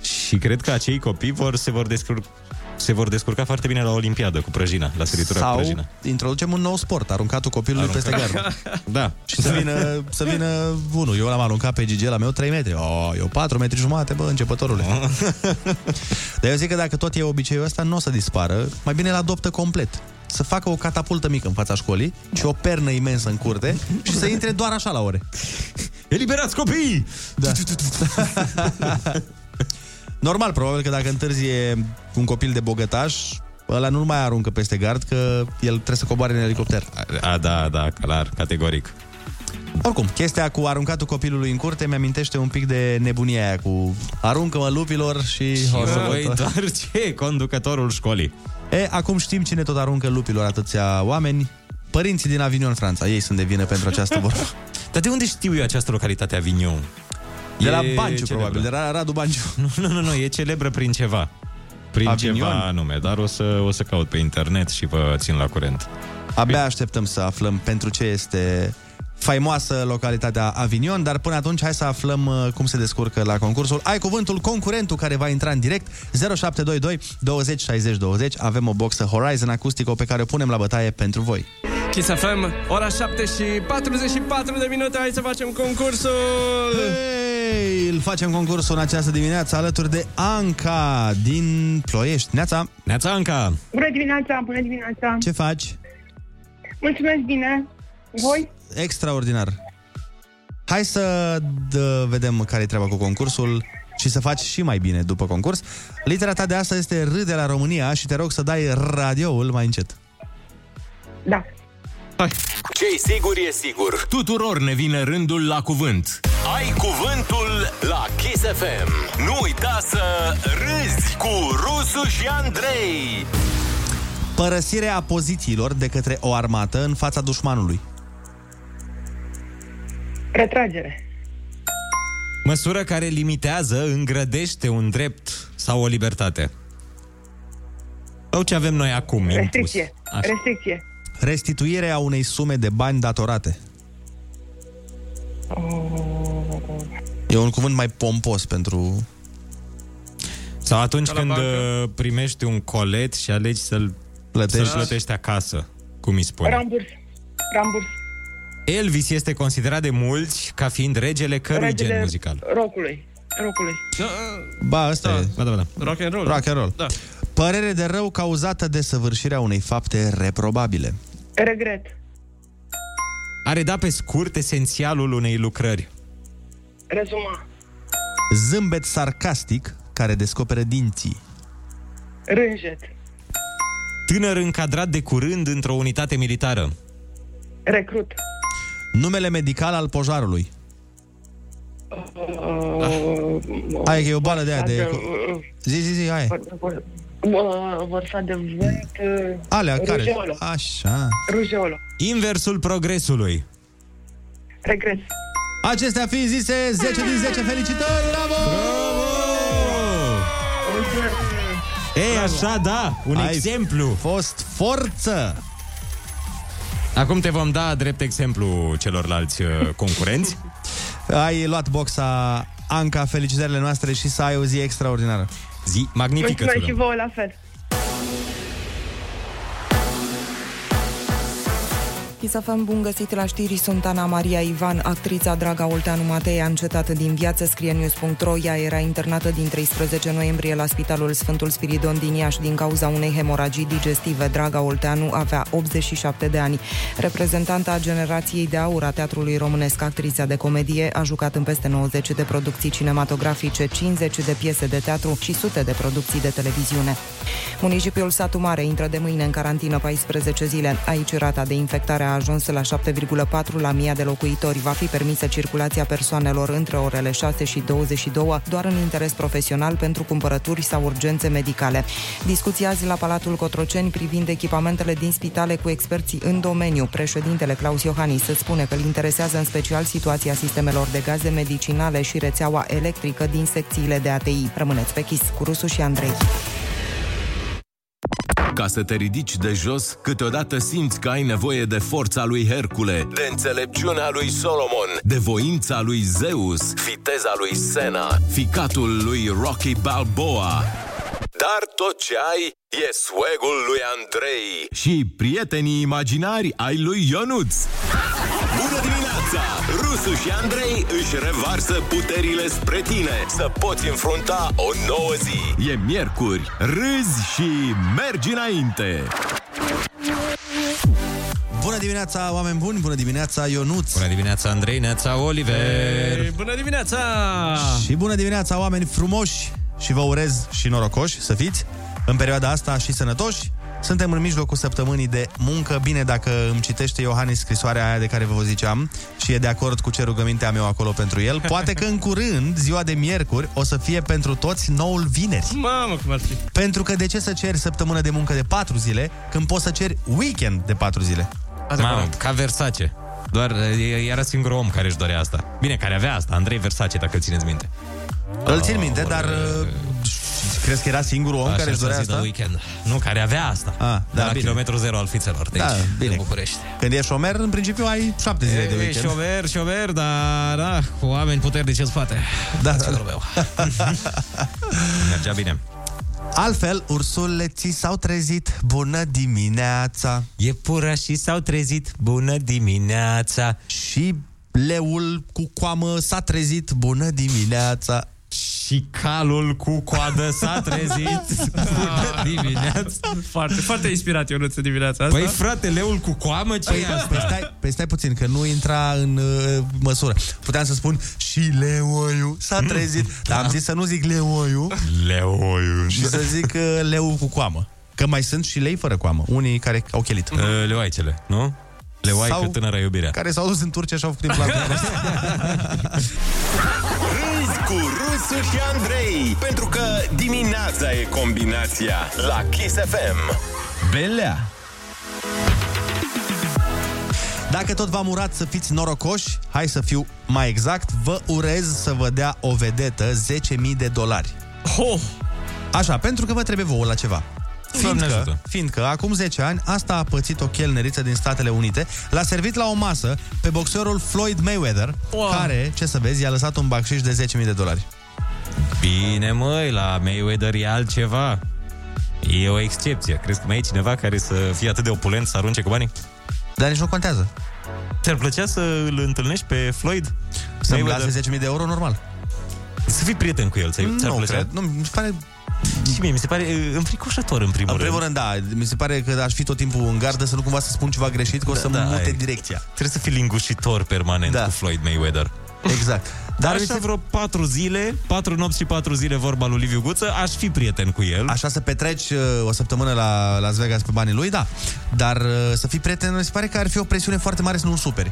Și cred că acei copii vor, se, vor descurca, se vor descurca foarte bine la Olimpiadă cu prăjina, la săritura cu Sau prăjina. introducem un nou sport, aruncatul copilului Arunca- peste gardă. *laughs* Da. Și să vină, să vină unul. Eu l-am aruncat pe Gigi la meu 3 metri. Oh, eu 4 metri jumate, bă, începătorule. Dar eu zic că dacă tot e obiceiul ăsta, nu o să dispară. Mai bine îl adoptă complet. Să facă o catapultă mică în fața școlii și o pernă imensă în curte și să intre doar așa la ore. Eliberați copiii! Da. Normal, probabil că dacă întârzie un copil de bogătaș, ăla nu-l mai aruncă peste gard, că el trebuie să coboare în elicopter. A, da, da, clar, categoric. Oricum, chestia cu aruncatul copilului în curte mi-amintește un pic de nebunia aia cu aruncă-mă lupilor și... Și o să voi văd. doar ce conducătorul școlii. E, acum știm cine tot aruncă lupilor atâția oameni. Părinții din Avignon, Franța, ei sunt de vină pentru această vorbă. *laughs* Dar de unde știu eu această localitate Avignon? De la Banciu, probabil, de la Radu Banciu. Nu, nu, nu, nu, e celebră prin ceva. Prin Avignon? ceva anume, dar o să, o să caut pe internet și vă țin la curent. Abia așteptăm să aflăm pentru ce este faimoasă localitatea Avignon, dar până atunci hai să aflăm uh, cum se descurcă la concursul. Ai cuvântul concurentul care va intra în direct 0722 20 60 20. Avem o boxă Horizon acustică pe care o punem la bătaie pentru voi. Kiss FM, ora 7 și 44 de minute, hai să facem concursul! Hei, îl facem concursul în această dimineață alături de Anca din Ploiești. Neața! Neața, Anca! Bună dimineața, bună dimineața. Ce faci? Mulțumesc bine. Voi? Extraordinar! Hai să dă, vedem care e treaba cu concursul și să faci și mai bine după concurs. Litera ta de asta este R de la România și te rog să dai radioul mai încet. Da. Ce-i sigur e sigur. Tuturor ne vine rândul la cuvânt. Ai cuvântul la Kiss FM. Nu uita să râzi cu Rusu și Andrei. Părăsirea pozițiilor de către o armată în fața dușmanului. Retragere. Măsură care limitează, îngrădește un drept sau o libertate. Sau ce avem noi acum impus. Restricție. Așa. Restricție. Restituirea unei sume de bani datorate. E un cuvânt mai pompos pentru... Sau atunci Ca la când bancă. uh, primești un colet și alegi să-l plătești, să-l plătești acasă, cum îi spune. um Ramburs. Ramburs. Elvis este considerat de mulți ca fiind regele cărui Regele gen muzical? Rocului. Rocului. Ba, asta da. e. Ba, da, ba, da. Rock and roll. Rock and roll. Da. Părere de rău cauzată de săvârșirea unei fapte reprobabile. Regret. A reda da pe scurt esențialul unei lucrări. Rezuma. Zâmbet sarcastic care descoperă dinții. Rânjet. Tânăr încadrat de curând într-o unitate militară. Recrut. Numele medical al pojarului. Da. Uh, Hai că e o bală de aia de... Vărsa Zi, zi, zi, hai. văr- vă- Vărsa de vânt. uh, Alea, care? Rujeolă. Așa. Rujeolă. Inversul progresului. Regres. Acestea fiind zise, 10 din 10, felicitări, bravo! uh. Ei, Oh. așa, da, un Ai exemplu. fost forță! Acum te vom da drept exemplu celorlalți uh, *laughs* concurenți. Ai luat boxa Anca, felicitările noastre și să ai o zi extraordinară. Zi magnifică, Mulțumesc și vouă la fel. Chisafem, bun găsit la știri, sunt Ana Maria Ivan, actrița Draga Olteanu Matei a încetat din viață, scrie news.ro. Ea era internată din 13 noiembrie la Spitalul Sfântul Spiridon din Iași din cauza unei hemoragii digestive. Draga Olteanu avea 87 de ani. Reprezentanta generației de aur a Teatrului Românesc, actrița de comedie, a jucat în peste 90 de producții cinematografice, 50 de piese de teatru și sute de producții de televiziune. Municipiul Satu Mare intră de mâine în carantină 14 zile. Aici rata de infectare a ajuns la 7,4 la 1000 de locuitori. Va fi permisă circulația persoanelor între orele 6 și 22, doar în interes profesional pentru cumpărături sau urgențe medicale. Discuția azi la Palatul Cotroceni privind echipamentele din spitale cu experții în domeniu. Președintele Claus Iohannis se spune că îl interesează în special situația sistemelor de gaze medicinale și rețeaua electrică din secțiile de ATI. Rămâneți pe chis cu Rusu și Andrei. Ca să te ridici de jos, câteodată simți că ai nevoie de forța lui Hercule, de înțelepciunea lui Solomon, de voința lui Zeus, viteza lui Sena, ficatul lui Rocky Balboa. Dar tot ce ai e swag-ul lui Andrei și prietenii imaginari ai lui Ionuț. Bună dimineața! Rusu și Andrei își revarsă puterile spre tine să poți înfrunta o nouă zi. E miercuri, râzi și mergi înainte! Bună dimineața, oameni buni! Bună dimineața, Ionuț! Bună dimineața, Andrei, neața, Oliver! Bună dimineața! Și bună dimineața, oameni frumoși! Și vă urez și norocoși să fiți în perioada asta și sănătoși. Suntem în mijlocul săptămânii de muncă. Bine, dacă îmi citește Iohannis scrisoarea aia de care vă ziceam și e de acord cu ce rugăminte am eu acolo pentru *laughs* el, poate că în curând, ziua de miercuri, o să fie pentru toți noul vineri. Mamă, cum ar fi! Pentru că de ce să ceri săptămână de muncă de 4 zile când poți să ceri weekend de 4 zile? Mamă, ca Versace. Doar e- era singurul om care își dorea asta. Bine, care avea asta, Andrei Versace, dacă îl țineți minte. Îl țin minte, dar uh, crezi că era singurul om Așa care își dorea s-a zis de asta? weekend. Nu, care avea asta. Ah, de da, la bine. kilometru zero al fițelor. Deci, Da, bine. În București. Când ești șomer, în principiu ai 7 zile de E weekend. șomer, șomer, dar da, cu oameni puternici în spate. Da, da, da. *laughs* Mergea bine. Altfel, ursuleții s-au trezit, bună dimineața! Iepurașii s-au trezit, bună dimineața! Și leul cu coamă s-a trezit, bună dimineața! Și calul cu coadă s-a *laughs* trezit. Bună dimineața! Foarte, foarte inspirat Ionuț în dimineața asta. Păi frate, leul cu coamă, ce e asta? Păi stai, *laughs* păi stai puțin, că nu intra în uh, măsură. Puteam să spun și leoiu Mm. s-a *laughs* trezit, dar am zis să nu zic leoiu Leoiu. și să zic uh, leu cu coamă. Că mai sunt și lei fără coamă, unii care au chelit. Leoaicele, nu? Leoaică Sau- tânăra iubirea. Care s-au dus în Turcia și au *laughs* făcut implantat. Râzi cu Rusu și Andrei Pentru că dimineața e combinația La Kiss FM Belea! Dacă tot v-am urat să fiți norocoși, hai să fiu mai exact, vă urez să vă dea o vedetă 10.000 de dolari. Oh! Așa, pentru că vă trebuie vouă la ceva. Doamne Fiindcă, ajută. fiindcă acum 10 ani asta a pățit o chelneriță din Statele Unite, l-a servit la o masă pe boxerul Floyd Mayweather, Wow. care, ce să vezi, i-a lăsat un bacșiș de 10.000 de dolari. Bine, măi, la Mayweather e altceva. E o excepție. Crezi că mai e cineva care să fie atât de opulent să arunce cu banii? Dar nici nu contează. Ți-ar plăcea să îl întâlnești pe Floyd? Să-mi Mayweather? lase 10.000 de euro normal. Să fii prieten cu el, ți-ar ți-ar Nu plăcea? cred, nu, mi se pare Și mie mi se pare e, înfricoșător în primul În rând. primul rând, da, mi se pare că aș fi tot timpul în gardă să nu cumva să spun ceva greșit, că o Da, să da, da, mute ai. direcția. Trebuie să fii lingușitor permanent da. cu Floyd Mayweather. Exact. Dar Dar Așa mi se- vreo patru zile, patru nopți și patru zile vorba lui Liviu Guță, aș fi prieten cu el. Așa să petreci uh, o săptămână la Las Vegas pe banii lui, da. Dar uh, să fii prieten, mi se pare că ar fi o presiune foarte mare să nu-l superi.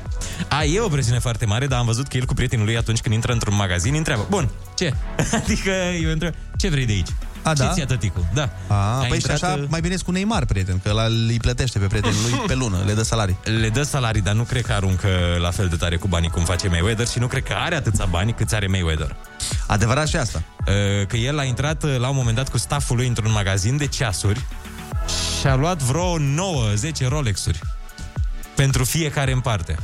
A, e o presiune foarte mare, dar am văzut că el cu prietenul lui atunci când intră într-un magazin, îi întreabă, bun, ce? *laughs* adică eu întreb, ce vrei de aici? A, ce da? ți-a tăticul? Da. A, Ai păi și intrat, așa uh, mai bine ești cu Neymar, prieten, că la, îi plătește pe prietenul lui pe *laughs* lună, le dă salarii. Le dă salarii, dar nu cred că aruncă la fel de tare cu banii cum face Mayweather și nu cred că are atâția bani cât are Mayweather. Adevărat și asta. Uh, Că el a intrat uh, la un moment dat cu stafful lui într-un magazin de ceasuri și a luat vreo 9-10 Rolex-uri pentru fiecare în parte.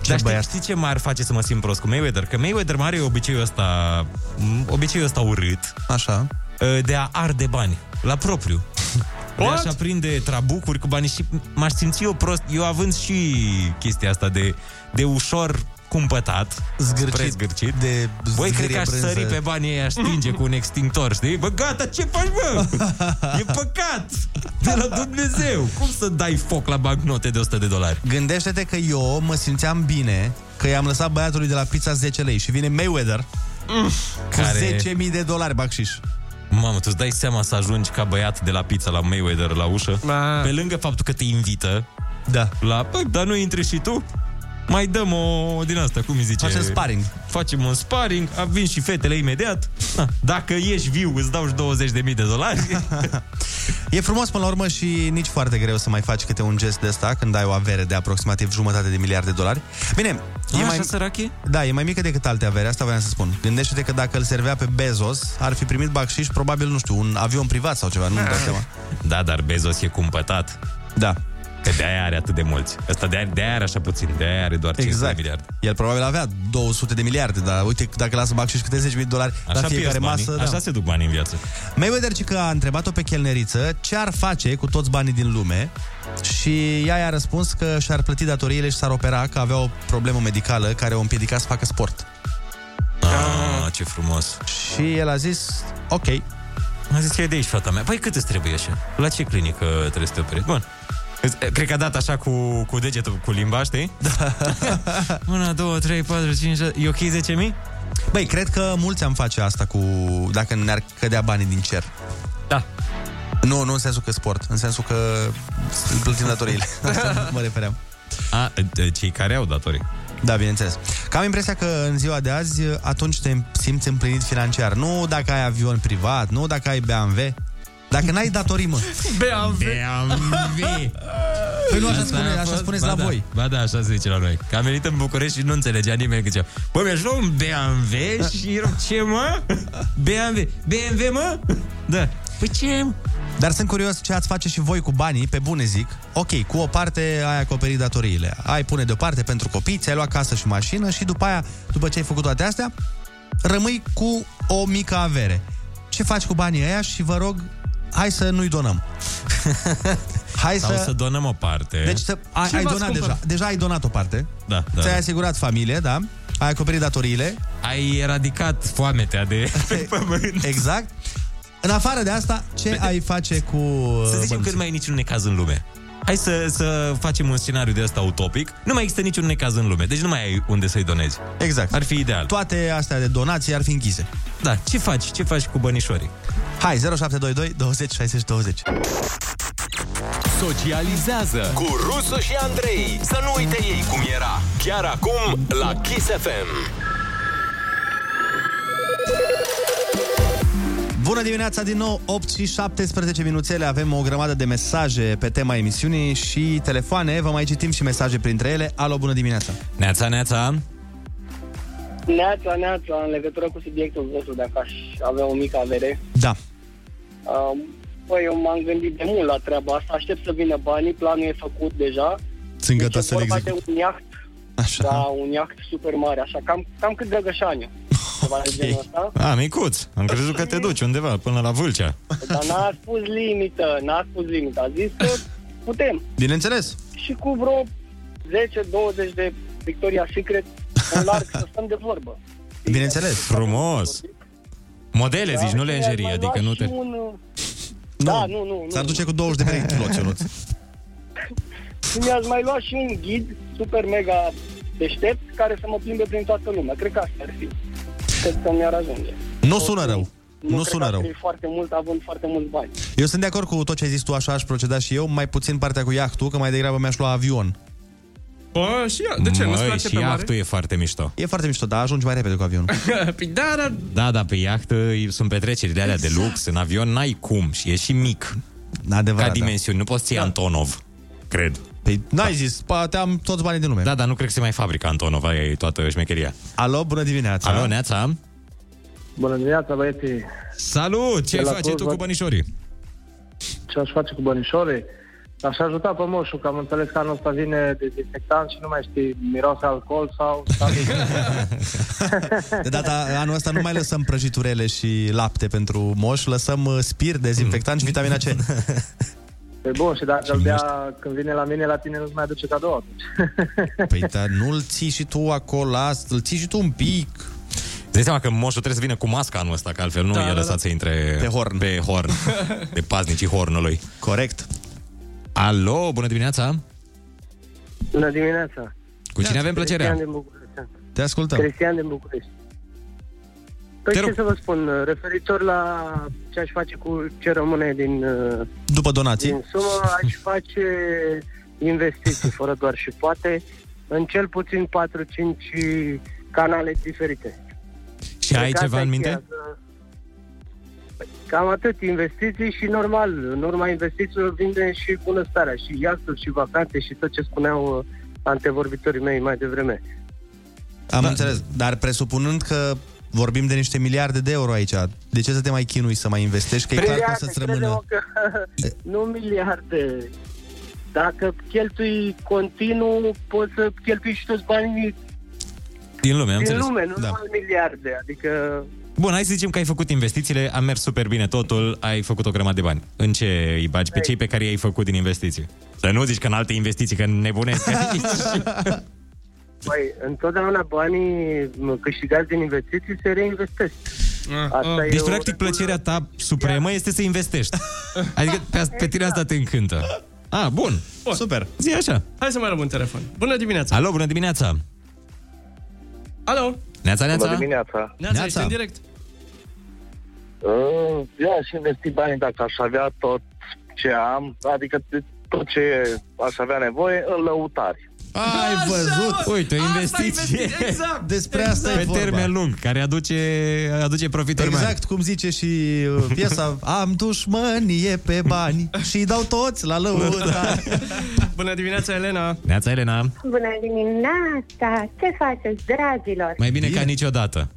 Ce Dar știi, știi ce m-ar face să mă simt prost cu Mayweather? Că Mayweather mai are obiceiul ăsta, m, obiceiul ăsta urât Așa. Ă, *laughs* de a arde bani, la propriu. Mi-aș aprinde trabucuri cu banii și m-aș simți eu prost. Eu având și chestia asta de, de ușor cumpătat, Zgârcit. preț zgârcit, de Băi, cred zgârie că aș brânză. sări pe banii ei, aș stinge cu un extintor, știi? Bă, gata, ce faci, *laughs* bă? E păcat! De la Dumnezeu! Cum să dai foc la bagnote de 100 de dolari? Gândește-te că eu mă simțeam bine că i-am lăsat băiatului de la pizza 10 lei și vine Mayweather Mm. Care- cu 10.000 de dolari bacșiș. Mamă, tu-ți dai seama să ajungi ca băiat de la pizza la Mayweather la ușă? Pe lângă faptul că te invită da. la... Păi, dar nu intri și tu? Mai dăm o din asta, cum îi zice? Facem sparring. Facem un sparring, a- vin și fetele imediat. Na, dacă ești viu, îți dau și 20.000 de *laughs* dolari. E frumos până la urmă și nici foarte greu să mai faci câte un gest de ăsta când ai o avere de aproximativ jumătate de miliard de dolari. Bine, A, așa sărac e? Da, e mai mică decât alte avere, asta voiam să spun. Gândește-te că dacă îl servea pe Bezos, ar fi primit bacșiș, probabil, nu știu, un avion privat sau ceva, nu-mi dau seama. da, dar Bezos e cumpătat. Ah. Da. Că de-aia are atât de mulți. Asta de-aia, de-aia are așa puțin, de-aia are doar 500 Exact. de miliarde. El probabil avea 200 de miliarde, dar uite, dacă lasă bacșiș câte 10.000 de dolari Așa la pierzi fiecare banii, masă... da. așa se duc banii în viață. Mayweather ci că a întrebat-o pe chelneriță ce ar face cu toți banii din lume și ea i-a răspuns că și-ar plăti datoriile și s-ar opera că avea o problemă medicală care o împiedica să facă sport. Ah, ce frumos. Și el a zis, ok. A zis că e de aici, fata mea. Păi cât îți trebuie așa? La ce clinică trebuie să te operezi? Bun. Îți- Cred că a dat așa cu, cu degetul, cu limba, știi? Da. *laughs* Una, două, trei, patru, cinci, șase... E ok 10.000? Băi, cred că mulți am face asta cu... dacă ne-ar cădea banii din cer. Da. Nu, nu în sensul că sport, în sensul *laughs* că îl plătim datoriile. Asta mă refeream. A, de- cei care au datorii. Da, bineînțeles. Că am impresia că în ziua de azi, atunci te simți împlinit financiar. Nu dacă ai avion privat, nu dacă ai BMW, dacă n-ai datorii, mă. BMW. BMW. Păi nu, așa Asta spune- a așa fost- spuneți ba la da, voi. Ba da, așa se zice la noi. Că am venit în București și nu înțelegea nimeni că zicea, Bă, mi-aș lua un BMW și eram, ce mă? BMW. BMW, *laughs* mă? Da. Păi ce? Dar sunt curios ce ați face și voi cu banii, pe bune zic. Ok, cu o parte ai acoperit datoriile, ai pune deoparte pentru copii, ți-ai luat casă și mașină și după aia, după ce ai făcut toate astea, rămâi cu o mică avere. Ce faci cu banii ăia și vă rog, hai să nu-i *laughs* donăm. hai Sau să... să donăm o parte. Deci să, ai, ai donat deja. Deja ai donat o parte. Da, da. Ți-ai asigurat familie, da? Ai acoperit datoriile. Ai eradicat foametea de pe pământ. Exact. În afară de asta, ce ai face cu... Să zicem că bănuții? nu mai e niciun necaz în lume. Hai să, să facem un scenariu de ăsta utopic. Nu mai există niciun necaz în lume, deci nu mai ai unde să-i donezi. Exact. Ar fi ideal. Toate astea de donații ar fi închise. Da, ce faci? Ce faci cu bănișorii? Hai, 0722 20 60 20. Socializează cu Rusu și Andrei. Să nu uite ei cum era. Chiar acum la Kiss FM. Bună dimineața din nou, 8 și 17 minuțele, avem o grămadă de mesaje pe tema emisiunii și telefoane, vă mai citim și mesaje printre ele. Alo, bună dimineața! Neața, neața. Neața, neața, în legătură cu subiectul vostru, dacă aș avea o mică avere. Da. Um, Păi, eu m-am gândit de mult la treaba asta, aștept să vină banii, planul e făcut deja. Sunt gata Să să vorba execut. de un iaht, Așa. da, un iaht super mare, așa, cam, cam cât *laughs* Drăgășaniu. Ceva de genul ăsta. A, micuț. Am crezut că te duci undeva, până la Vâlcea. Dar n-a spus limită, n-a spus limită, a zis că putem. Bineînțeles. Și cu vreo 10-20 de Victoria Secret, în larg, să stăm de *laughs* vorbă. Bineînțeles. Frumos. Modele, zici, nu lenjerie, Mai adică luat nu și te... Un... uh, Da, nu, nu, nu. S-ar duce cu 20 de perechi kiloționuț. Și mi-aș mai lua și un ghid super mega deștept care să mă plimbe prin toată lumea. Cred că asta ar fi. Cred că mi-ar ajunge. Nu sună rău. Deci, Nu Nu, cred sună că rău. ar fi foarte mult, având foarte mulți bani. Eu sunt de acord cu tot ce ai zis tu, așa aș proceda și eu, mai puțin partea cu iahtul, că mai degrabă mi-aș lua avion. Bă, și ea, de ce? Nu-ți Măi, place și pe mare? iahtul e foarte mișto. E foarte mișto, dar ajungi mai repede cu avionul. *laughs* Păi da, dar Da, da, pe iaht uh, sunt petrecerile alea de lux, în avion n-ai cum și e și mic. Exact. Adevărat, Ca da. dimensiuni, nu poți să iei Antonov, cred. Păi n-ai zis, poate am toți banii din lume. Da, dar nu cred că se mai fabrică Antonov, aia e toată șmecheria. Alo, bună dimineața! Alo, Neața! Bună dimineața, băieții! Salut! Ce De la faci Cluj, tu vă- cu bănișorii? Ce aș face cu bănișorii? Aș ajuta pe moșul, că am înțeles că anul ăsta vine dezinfectant și nu mai știi, miroase alcool sau... De data anul ăsta nu mai lăsăm prăjiturele și lapte pentru moș, lăsăm uh, spir, dezinfectant și vitamina C. Păi bun, și dacă Și îl nu bea când vine la mine, la tine nu-ți mai aduce cadou atunci. Păi dar nu-l ții și tu acolo, asta, îl ții și tu un pic. Dai seama că moșul trebuie să vină cu masca anul ăsta, că altfel nu Da, da, i-a da, lăsat da. să intre Pe horn. Pe *laughs* horn. pe paznicii hornului. Corect. Alo, bună dimineața! Bună dimineața! Cu Da, cine avem plăcerea? Cristian din București. Te ascultăm. Cristian din București. Păi ce să vă spun, referitor la ce aș face cu ce rămâne din, uh, După donații. din sumă, aș face investiții, fără doar și poate, în cel puțin 4-5 canale diferite. Și ai Cred că ceva asta în e minte? cheia, că- Cam atât, investiții și normal, în urma investițiilor vinde și bunăstarea, și iahturi, și vacanțe, și tot ce spuneau uh, antevorbitorii mei mai devreme. Am da. înțeles, dar presupunând că vorbim de niște miliarde de euro aici, de ce să te mai chinui să mai investești? Că e clar că o să-ți rămână... crede-mă Că, *laughs* nu miliarde. Dacă cheltui continuu, poți să cheltui și toți banii Din lume, am din înțeles. lume, nu da. numai miliarde. Adică Bun, hai să zicem că ai făcut investițiile, a mers super bine totul, ai făcut o grămadă de bani. În ce îi bagi Păi. pe cei pe care i-ai făcut din investiții? Să nu zici că în alte investiții, că *laughs* nebunesc. Păi, întotdeauna banii m, câștigați din investiții se reinvestesc. Asta deci, practic, plăcerea ta supremă este să *laughs* investești. Adică pe, asta- pe tine asta te încântă. A, bun. Bun. Super. Zi așa. Hai să mai luăm un telefon. Bună dimineața. Alo, bună dimineața. Alo. Neața, neața. Bună dimineața. Neața, ești în direct. Uh, Eu aș investi banii dacă aș avea tot ce am, adică de- tot ce aș avea nevoie în lăutari. Ai văzut? Uite, o investiție. *laughs* exact, Despre asta e pe vorba. termen lung, care aduce, aduce profituri mari. Exact cum zice și uh, piesa Am dușmănie pe bani și dau toți la lăuda Bună dimineața, Elena. Neața, Elena. Bună dimineața! Ce faceți, dragilor? Mai bine ca niciodată.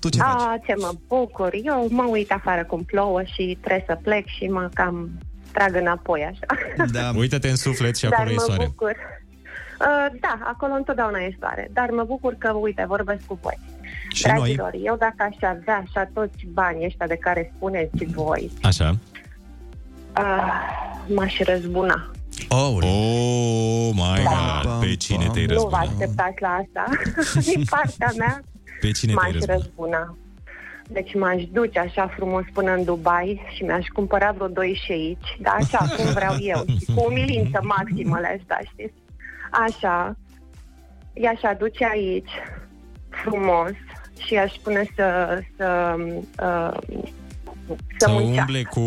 Tu A, ce mă bucur! Eu mă uit afară cum plouă și trebuie să plec și mă cam trag înapoi așa. Da. Uită-te în suflet și dar acolo e mă soare. bucur. Uh, da, acolo întotdeauna e soare, dar mă bucur că, uite, vorbesc cu voi. Și Dragilor, eu dacă aș avea așa toți banii ăștia de care spuneți voi, Așa. uh, m-aș răzbuna. Oh, oh my Da. god, pe cine te-ai Nu vă răzbunat? așteptați la *laughs* asta. Din partea mea, Pe cine te-ai m-aș răzbunat? răzbuna. Deci m-aș duce așa frumos până în Dubai și mi-aș cumpăra vreo doi șeici, dar așa cum vreau eu, și cu umilință maximă la asta, știți? Așa, i-aș aduce aici, frumos, și i-aș pune să, să, uh, Să umble cu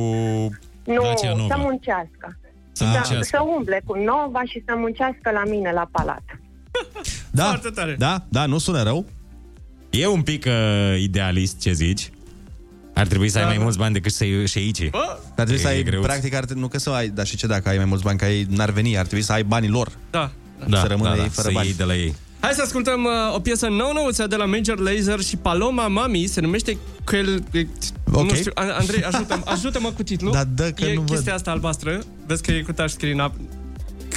nu, da, Dacia să Nova. muncească. Să Să, muncească. să umble cu nova și să muncească la mine la palat. Da, da, da, nu sună rău. E un pic uh, idealist ce zici. Ar trebui să ai mai mulți bani decât să-i și aici. Dar trebuie să E ai, greuț. practic, ar, nu că să ai, dar și ce dacă ai mai mulți bani, că ei n-ar veni, ar trebui să ai banii lor. Da. să rămână ei fără să bani. Iei de la ei. Hai să ascultăm uh, o piesă nouă de la Major Lazer și Paloma Mami, se numește Quel... Ok. Nu știu, An- Andrei, ajută-mă, *laughs* ajută-mă cu titlul. Da, dă că e nu văd. chestia asta albastră, vezi că e cu touch screen up.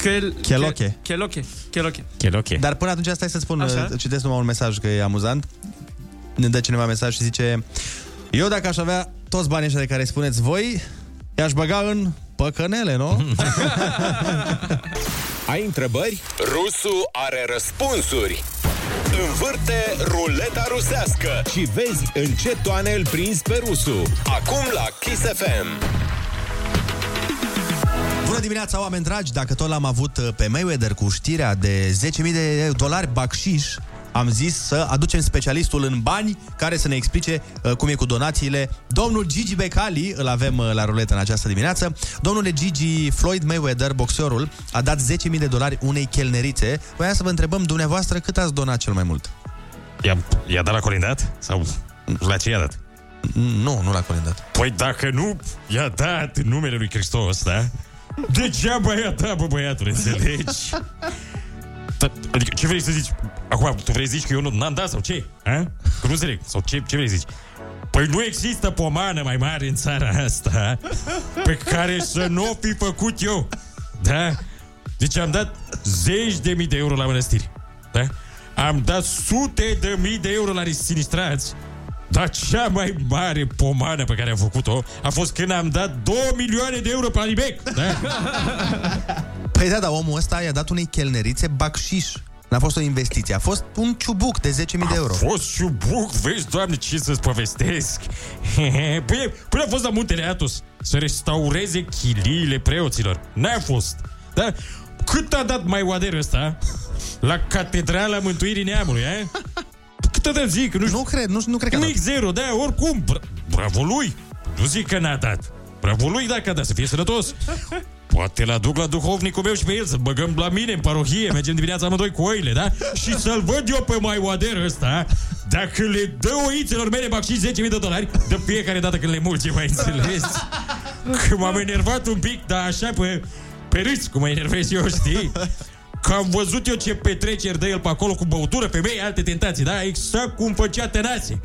Quel... Cheloche. Cheloche. Cheloche. Cheloche. Dar până atunci stai să spun, Așa. Așa? citesc numai un mesaj că e amuzant. Ne dă cineva mesaj și zice Eu dacă aș avea toți banii ăștia de care spuneți voi, i-aș băga în păcănele, *laughs* nu? Ai întrebări? Rusu are răspunsuri. Învârte ruleta rusească și vezi în ce toane îl prinzi pe Rusu. Acum la Kiss FM. Bună dimineața, oameni dragi! Dacă tot l-am avut uh, pe Mayweather cu știrea de 10.000 de dolari bacșiș, am zis să aducem specialistul în bani care să ne explice uh, cum e cu donațiile. Domnul Gigi Becali, îl avem uh, la ruletă în această dimineață. Domnule Gigi, Floyd Mayweather, boxerul, a dat 10.000 de dolari unei chelnerițe. Voiam să vă întrebăm dumneavoastră cât ați donat cel mai mult? I-a, i-a dat la colindat? Sau la ce i-a dat? Nu, nu la colindat. Păi dacă nu i-a dat numele lui Hristos, da? Degeaba i-a dat, bă, băiatul, înțelegi? Da, adică ce vrei să zici? Acum, tu vrei să zici că eu nu n-am dat sau ce? A? Că nu înțeleg. Sau ce, ce vrei să zici? Păi nu există pomană mai mare în țara asta pe care să nu o fi făcut eu. Da? Deci am dat zeci de mii de euro la mănăstiri. Da? Am dat sute de mii de euro la sinistrați. Dar cea mai mare pomană pe care am făcut-o a fost când am dat 2 milioane de euro pe Alibec. Da? Păi da, dar omul ăsta i-a dat unei chelnerițe bacșiș. N-a fost o investiție, a fost un ciubuc de 10.000 de euro. A fost ciubuc, vezi, doamne, ce să-ți povestesc. *laughs* Păi, până a fost la Muntele Atos să restaureze chiliile preoților. N-a fost. Da? Cât a dat mai oader ăsta la Catedrala Mântuirii Neamului, eh? Cât de zic, nu știu. Nu cred, nu, nu cred că Nimic zero, da, oricum. Bra- bravo lui. Nu zic că n-a dat. Bravo lui dacă a dat, să fie sănătos. Poate l duc la duhovnicul meu și pe el Să băgăm la mine în parohie Mergem dimineața amândoi cu oile, da? Și să-l văd eu pe mai oader ăsta Dacă le dă oițelor mele Bag și 10.000 de dolari De fiecare dată când le mulge, mai înțelegi? Că m-am enervat un pic Dar așa pe, pe râs cum mă enervez eu, știi? Că am văzut eu ce petreceri dă el pe acolo cu băutură, femei, alte tentații, da? Exact cum făcea Tănase.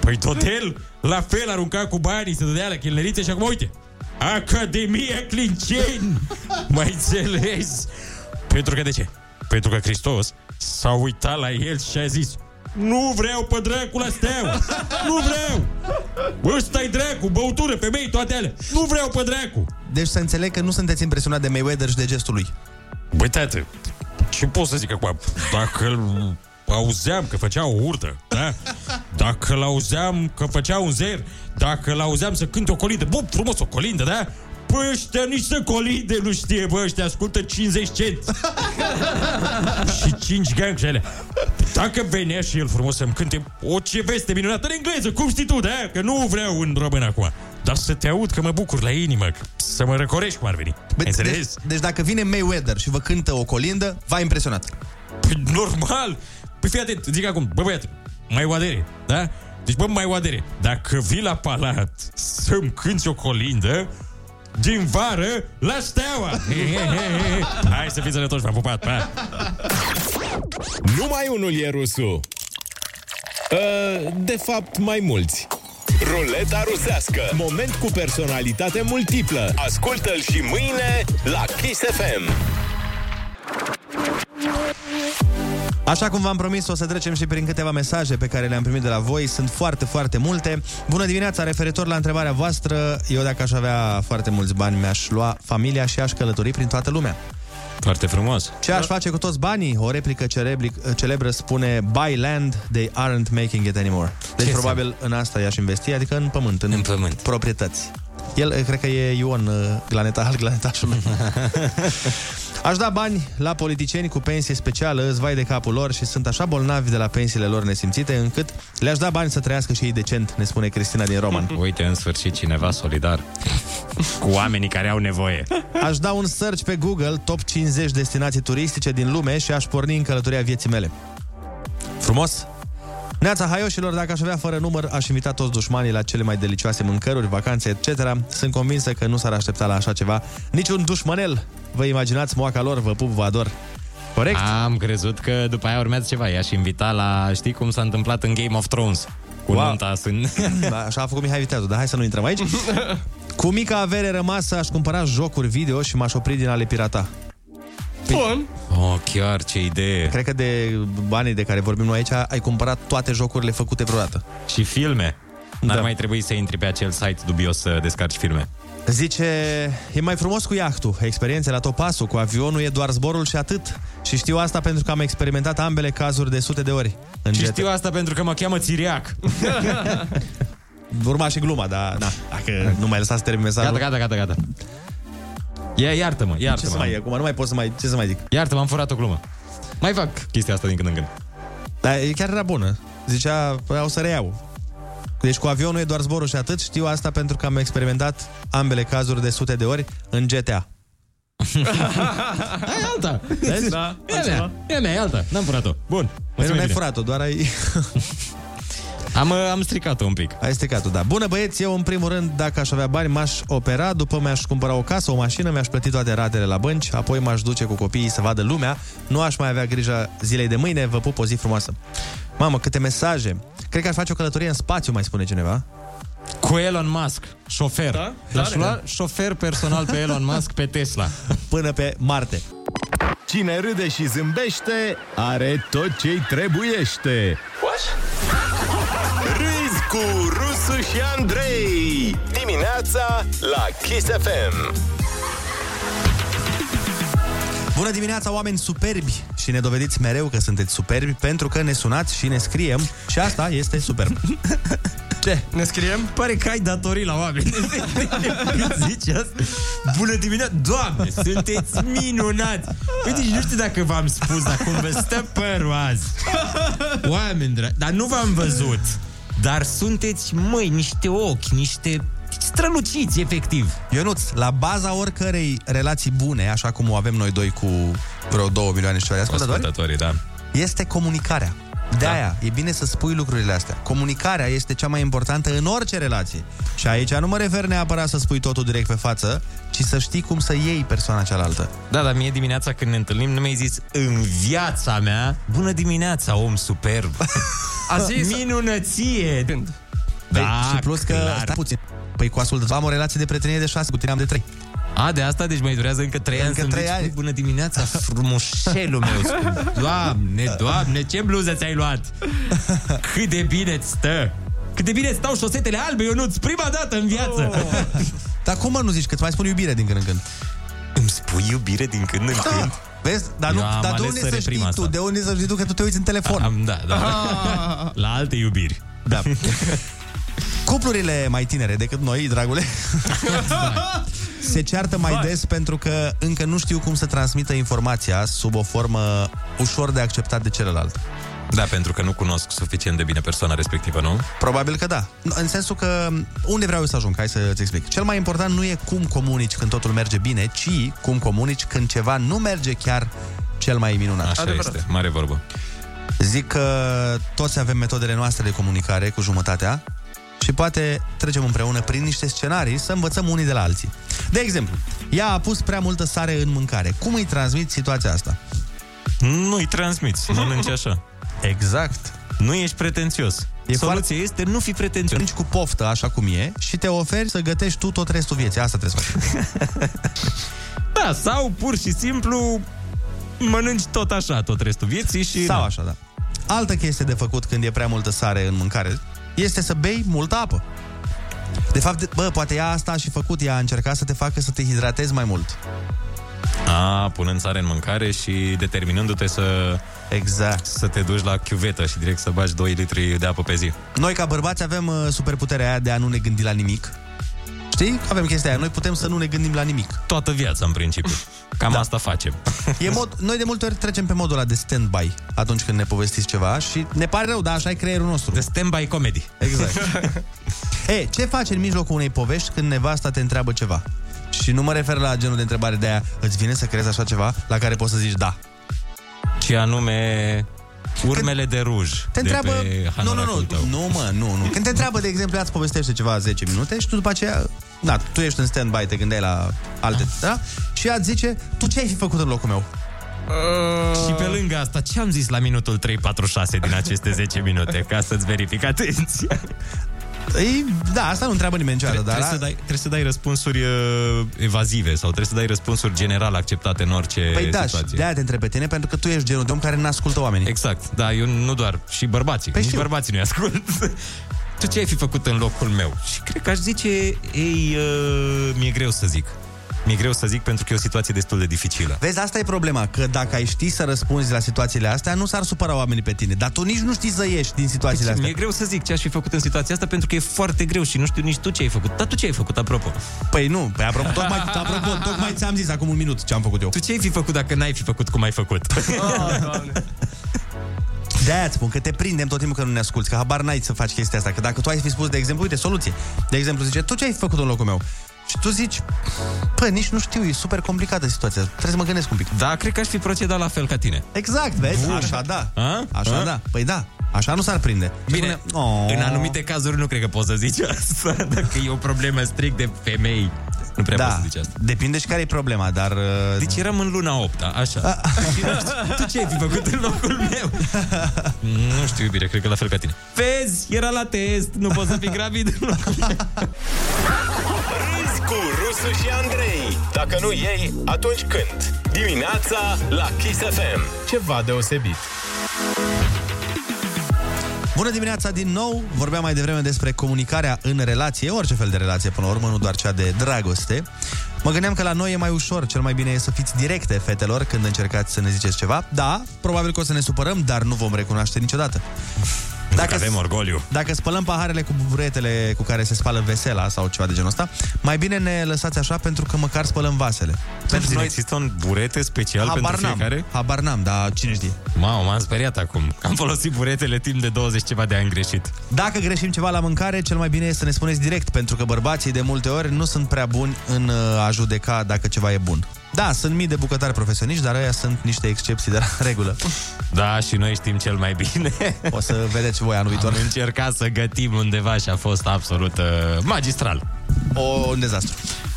Păi tot el, la fel, arunca cu banii, se dădea la chelnerițe și acum, uite, Academia Clinceni! *laughs* Mai înțelegi? Pentru că de ce? Pentru că Hristos s-a uitat la el și a zis Nu vreau pe dracu la steaua! Nu vreau! Ăsta-i dracu, băutură, femei, toate alea! Nu vreau pe dracu! Deci să înțeleg că nu sunteți impresionat de Mayweather și de gestul lui. Băi, tată, ce pot să zic acum? Dacă îl auzeam că făcea o urtă, da? Dacă l-auzeam că făcea un zer, dacă l-auzeam să cânte o colindă, bă, frumos o colindă, da? Păi ăștia nici să colinde nu știe, bă, ăștia ascultă 50 cent și 5 gang și alea. Dacă venea și el frumos să-mi cânte o ce veste minunată în engleză, cum știi tu, da? Că nu vreau în român acum. Dar să te aud că mă bucur la inimă, că- să mă răcorești cum ar veni. Bă, Înțelegi? Deci, deci dacă vine Mayweather și vă cântă o colindă, v-a impresionat. Păi normal! Păi fii atent, zic acum, bă băiat, mai oadere, da? Deci bă, mai oadere, dacă vii la palat să-mi cânti o colindă, din vară la *laughs* steaua! He, he, he, he. Hai să fiți sănătoși, v-am pupat, pa! Numai unul e rusul. Uh, De fapt, mai mulți. Ruleta rusească. Moment cu personalitate multiplă. Ascultă-l și mâine la Kiss FM. Așa cum v-am promis, o să trecem și prin câteva mesaje pe care le-am primit de la voi. Sunt foarte, foarte multe. Bună dimineața, referitor la întrebarea voastră, eu dacă aș avea foarte mulți bani, mi-aș lua familia și aș călători prin toată lumea. Foarte frumos. Ce aș face cu toți banii? O replică cerebri- celebră spune Buy land, they aren't making it anymore. Deci Ce probabil în asta i-aș investi, adică în pământ, în, în pământ. proprietăți. El, eh, cred că e Ion, eh, glaneta al glanetașului. Aș da bani la politicieni cu pensie specială, îți vai de capul lor și sunt așa bolnavi de la pensiile lor nesimțite, încât le-aș da bani să trăiască și ei decent, ne spune Cristina din Roman. Uite, în sfârșit, cineva solidar cu oamenii care au nevoie. Aș da un search pe Google top 50 destinații turistice din lume și aș porni în călătoria vieții mele. Frumos? Neața haioșilor, dacă aș avea fără număr, aș invita toți dușmanii la cele mai delicioase mâncăruri, vacanțe, etc. Sunt convinsă că nu s-ar aștepta la așa ceva niciun dușmanel. Vă imaginați moaca lor, vă pup, vă ador. Corect? Am crezut că după aia urmează ceva. I-aș invita la, știi cum s-a întâmplat în Game of Thrones. Cu wow. nunta sunt... Da, Așa a făcut Mihai Viteazu, dar hai să nu intrăm aici. Cu mica avere rămasă, aș cumpăra jocuri video și m-aș opri din a le pirata. Păi, Bun. *laughs* Oh, chiar ce idee. Cred că de banii de care vorbim noi aici, ai cumpărat toate jocurile făcute vreodată. Și filme. N-ar da. mai trebui să intri pe acel site dubios să descarci filme. Zice, e mai frumos cu iahtul. Experiența la topasul cu avionul e doar zborul și atât. Și știu asta pentru că am experimentat ambele cazuri de sute de ori. În Și jet. știu asta pentru că mă cheamă Țiriac. Urma și gluma, dar na, dacă nu mai lăsați să termin mesajul. Da. Gata, gata, gata, gata. Ia, iartă-mă, iartă-mă. Ce să mai e acum? Nu mai pot să mai... Ce să mai zic? Iartă-mă, am furat o glumă. Mai fac chestia asta din când în *laughs* când. *laughs* Dar e chiar era bună. Zicea, "Păi, o să reiau. Deci cu avionul e doar zborul și atât. Știu asta pentru că am experimentat ambele cazuri de sute de ori în GTA. Hai *laughs* alta. Vezi? Da, e a altceva. mea, e a mea, e alta. N-am furat-o. Bun. Păi nu mulțumim ai bine. furat-o, doar ai... Am, uh, am stricat-o un pic. Ai stricat-o, da. Bună băieți, eu în primul rând, dacă aș avea bani, m-aș opera, după mi-aș cumpăra o casă, o mașină, mi-aș plăti toate ratele la bănci, apoi m-aș duce cu copiii să vadă lumea, nu aș mai avea grijă zilei de mâine, vă pup o zi frumoasă. Mamă, câte mesaje! Cred că aș face o călătorie în spațiu, mai spune cineva. Cu Elon Musk, șofer. Da? L-aș Tare, lua da. șofer personal pe Elon Musk pe Tesla. Până pe Marte. Cine râde și zâmbește are tot ce-i trebuiește. What? Râzi cu Rusu și Andrei. Dimineața la Kiss FM. Bună dimineața, oameni superbi! Și ne dovediți mereu că sunteți superbi pentru că ne sunați și ne scriem și asta este superb. Ce? Ne scriem? Pare că ai datorii la *laughs* oameni. Când zici asta? Bună dimineața! Doamne, sunteți minunați! Uite, și nu știu dacă v-am spus, dar cum vă stă părul azi. Oameni, dragi, dar nu v-am văzut. Dar sunteți, măi, niște ochi, niște străluciți, efectiv. Ionuț, la baza oricărei relații bune, așa cum o avem noi doi cu vreo 2 milioane și ceva de ascultători, Ascultătorii, da. este comunicarea. Da. De aia, e bine să spui lucrurile astea. Comunicarea este cea mai importantă în orice relație. Și aici nu mă refer neapărat să spui totul direct pe față, ci să știi cum să iei persoana cealaltă. Da, dar mie dimineața când ne întâlnim nu mi-ai zis în viața mea, bună dimineața, om superb. A zis minunăție. Da, Păi, și plus că, clar. stai puțin, păi cu ascultător am o relație de prietenie de 6, cu tine am de 3. A, de asta, deci mai durează încă 3 ani Încă să-mi trei zici, ani. "Păi, bună dimineața, frumușelul meu. scump." Doamne, doamne, ce bluză ți-ai luat? Cât de bine ți stă. Cât de bine îți stau șosetele albe, Ionuț, prima dată în viață. Oh. Dar cum mă nu zici că îți mai spun iubire din când în când? Îmi spui iubire din când în când? Ah, Vezi? Dar, nu, Eu am dar de ales unde să să reprim știi asta. tu? De unde să știi tu că tu te uiți în telefon? Am, da, da. La alte iubiri. Ah. Da. *laughs* Cuplurile mai tinere decât noi, dragule, se ceartă mai des pentru că încă nu știu cum să transmită informația sub o formă ușor de acceptat de celălalt. Da, pentru că nu cunosc suficient de bine persoana respectivă, nu? Probabil că da. În sensul că unde vreau eu să ajung, hai să-ți explic. Cel mai important nu e cum comunici când totul merge bine, ci cum comunici când ceva nu merge chiar cel mai minunat. Așa este, mare vorbă. Zic că toți avem metodele noastre de comunicare cu jumătatea și poate trecem împreună prin niște scenarii să învățăm unii de la alții. De exemplu, ea a pus prea multă sare în mâncare. Cum îi transmit situația asta? Nu-i transmiți, mănânci așa. Exact. Nu ești pretențios. E Soluția este nu fi pretențios. Nici cu poftă, așa cum e, și te oferi să gătești tu tot restul vieții. Asta trebuie să faci. *laughs* Da, sau pur și simplu mănânci tot așa, tot restul vieții și... Sau așa, da. Altă chestie de făcut când e prea multă sare în mâncare este să bei multă apă. De fapt, bă, poate ea asta a și făcut, ea a încercat să te facă să te hidratezi mai mult. A, punând sare în mâncare și determinându-te să... Exact. Să te duci la chiuvetă și direct să bagi 2 litri de apă pe zi. Noi ca bărbați avem uh, superputerea aia de a nu ne gândi la nimic. Știi? Avem chestia aia. Noi putem să nu ne gândim la nimic. Toată viața, în principiu. Cam da. asta facem. E mod, noi de multe ori trecem pe modul ăla de stand-by atunci când ne povestiți ceva și ne pare rău, dar așa e creierul nostru. De stand-by comedy. *laughs* Exact. e, ce faci în mijlocul unei povești când nevasta te întreabă ceva? Și nu mă refer la genul de întrebare de aia, îți vine să crezi așa ceva la care poți să zici da. Ce anume... Urmele de ruj. Te întreabă... De pe nu, nu, hanoracul nu, tău. nu, mă, nu, nu. Când te întreabă, de exemplu, ea îți povestește ceva 10 minute și tu după aceea... Da, tu ești în stand-by, te gândeai la Ah. alte... Da? Și ea îți zice, tu ce ai fi făcut în locul meu? Uh... *laughs* Și pe lângă asta, ce am zis la minutul 346 din aceste 10 minute? Ca să-ți verific atenția. Ei, da, asta nu întreabă nimeni niciodată, Tre- dar... trebuie, să dai, trebuie să dai răspunsuri uh, evazive sau trebuie să dai răspunsuri general acceptate în orice Păi da, și situație. de-aia te întreb pe tine, pentru că tu ești genul de om care n-ascultă oamenii. Exact, da, eu nu doar, și bărbații, păi nici știu. bărbații nu-i ascult. *laughs* tu ce ai fi făcut în locul meu? Și cred că aș zice, ei, uh, mi-e greu să zic. Mi-e greu să zic pentru că e o situație destul de dificilă. Vezi, asta e problema, că dacă ai ști să răspunzi la situațiile astea, nu s-ar supăra oamenii pe tine, dar tu nici nu știi să ieși din situațiile Deci, *laughs* astea. mi-e greu să zic ce aș fi făcut în situația asta pentru că e foarte greu și nu știu nici tu ce ai făcut. Dar tu ce ai făcut, apropo? Păi nu, pe apropo, tocmai, apropo, tocmai ți-am zis acum un minut ce am făcut eu. Ah. Tu ce ai fi făcut dacă n-ai fi făcut cum ai făcut? De-aia îți spun că te prindem tot timpul că nu ne asculti, că habar n-ai să faci chestia asta, că dacă tu ai fi spus, de exemplu, uite, soluție. De exemplu, zice, tu ce ai făcut în locul meu? Și tu zici, păi, nici nu știu, e super complicată situația, trebuie să mă gândesc un pic. Da, cred că aș fi procedat la fel ca tine. Exact, vezi? Bun. Așa da. A? Așa A? da. Păi da, așa nu s-ar prinde. Bine, Oh. în anumite cazuri nu cred că poți să zici asta, *laughs* dacă e o problemă strict de femei. Nu prea da, poți să zici asta. depinde și care e problema, dar... uh, Deci eram în luna 8 așa. Și nu știu, *laughs* tu ce ai fi făcut în locul meu? Nu știu, iubire, cred că la fel ca tine. Vezi, era la test, nu poți să fii gravid. Râzi cu Rusu și Andrei. Dacă nu ei, atunci când? Dimineața la Kiss FM. Ceva deosebit. Bună dimineața din nou! Vorbeam mai devreme despre comunicarea în relație, orice fel de relație până la urmă, nu doar cea de dragoste. Mă gândeam că la noi e mai ușor, cel mai bine e să fiți directe, fetelor, când încercați să ne ziceți ceva. Da, probabil că o să ne supărăm, dar nu vom recunoaște niciodată. Dacă avem orgoliu. Dacă spălăm paharele cu buretele cu care se spală vesela sau ceva de genul ăsta, mai bine ne lăsați așa pentru că măcar spălăm vasele. Pentru noi există un burete special Habar pentru n-am. fiecare? Habar n-am, dar cine știe. Mamă, m-am speriat acum. Am folosit buretele timp de 20 ceva de ani greșit. Dacă greșim ceva la mâncare, cel mai bine e să ne spuneți direct, pentru că bărbații de multe ori nu sunt prea buni în uh, a judeca dacă ceva e bun. Da, sunt mii de bucătari profesioniști, dar aia sunt niște excepții de *laughs* la regulă. Da, și noi știm cel mai bine. *laughs* O să vedeți voi anul viitor. Am încercat să gătim undeva și a fost absolut uh, magistral. O, un dezastru.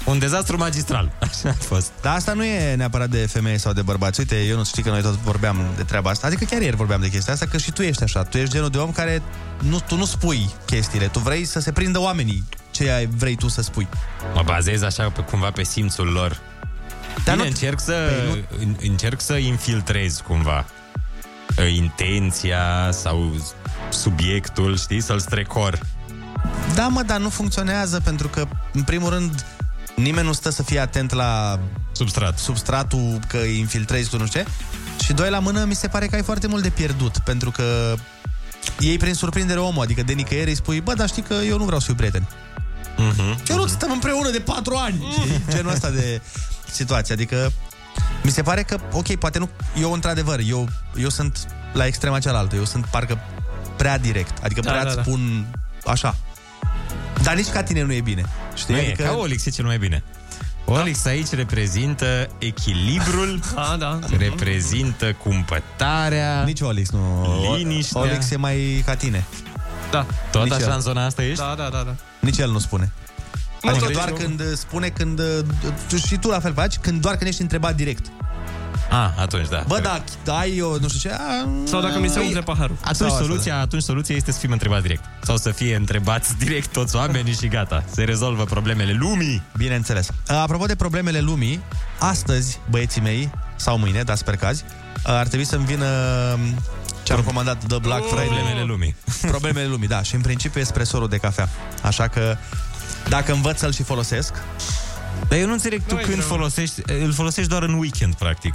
Un dezastru magistral. Așa a fost. Dar asta nu e neapărat de femeie sau de bărbați. Uite, eu nu știu că noi tot vorbeam de treaba asta. Adică chiar ieri vorbeam de chestia asta, că și tu ești așa. Tu ești genul de om care nu, tu nu spui chestiile. Tu vrei să se prindă oamenii ce ai- vrei tu să spui. Mă bazez așa pe, cumva pe simțul lor. Dar Bine, încerc să Păi în- încerc să infiltrez cumva uh, intenția sau subiectul, știi, să-l strecor. Da, mă, dar nu funcționează pentru că, în primul rând, nimeni nu stă să fie atent la Substrat. substratul, că îi infiltrezi tu nu știu ce. Și doi la mână, mi se pare că ai foarte mult de pierdut, pentru că ei prin surprindere omul, adică de nicăieri îi spui, bă, dar știi că eu nu vreau să fiu prieten. Mm-hmm. Eu nu stăm împreună de patru ani. Mm. Știi? Genul ăsta de situație. Adică mi se pare că, ok, poate nu... Eu, într-adevăr, eu, eu sunt la extrema cealaltă. Eu sunt parcă prea direct. Adică Da, prea da, îți da. spun așa. Dar nici ca tine nu e bine. Știi? Nu adică... Da. e, ca Olix e cel mai bine. Olix aici reprezintă *laughs* echilibrul, A, da. reprezintă cumpătarea. Nici Olix nu... Liniștea. Olex e mai ca tine. Da. Tot Nici așa el. în zona asta ești? Da, da, da, da. Nici el nu spune. Nu, adică deci doar nu. când uh, spune când... uh, tu- Și tu la fel faci, când doar când ești întrebat direct. Ah, atunci da. Bă, da, ai eu, nu știu ce... a, Sau dacă mi se păi, umple paharul. Atunci soluția, atunci soluția este să fim întrebați direct. Sau să fie întrebați direct toți oamenii și gata. Se rezolvă problemele lumii. Bineînțeles. Uh, Apropo de problemele lumii, astăzi, băieții mei, sau mâine, dar sper că azi, uh, ar trebui să-mi vină uh, ce am comandat de Black Friday. Problemele Păi, lumii. Problemele lumii, da. Și în principiu espresorul de cafea. Așa că dacă învăț să-l și folosesc... Dar eu nu înțeleg tu când folosești, îl folosești doar în weekend, practic.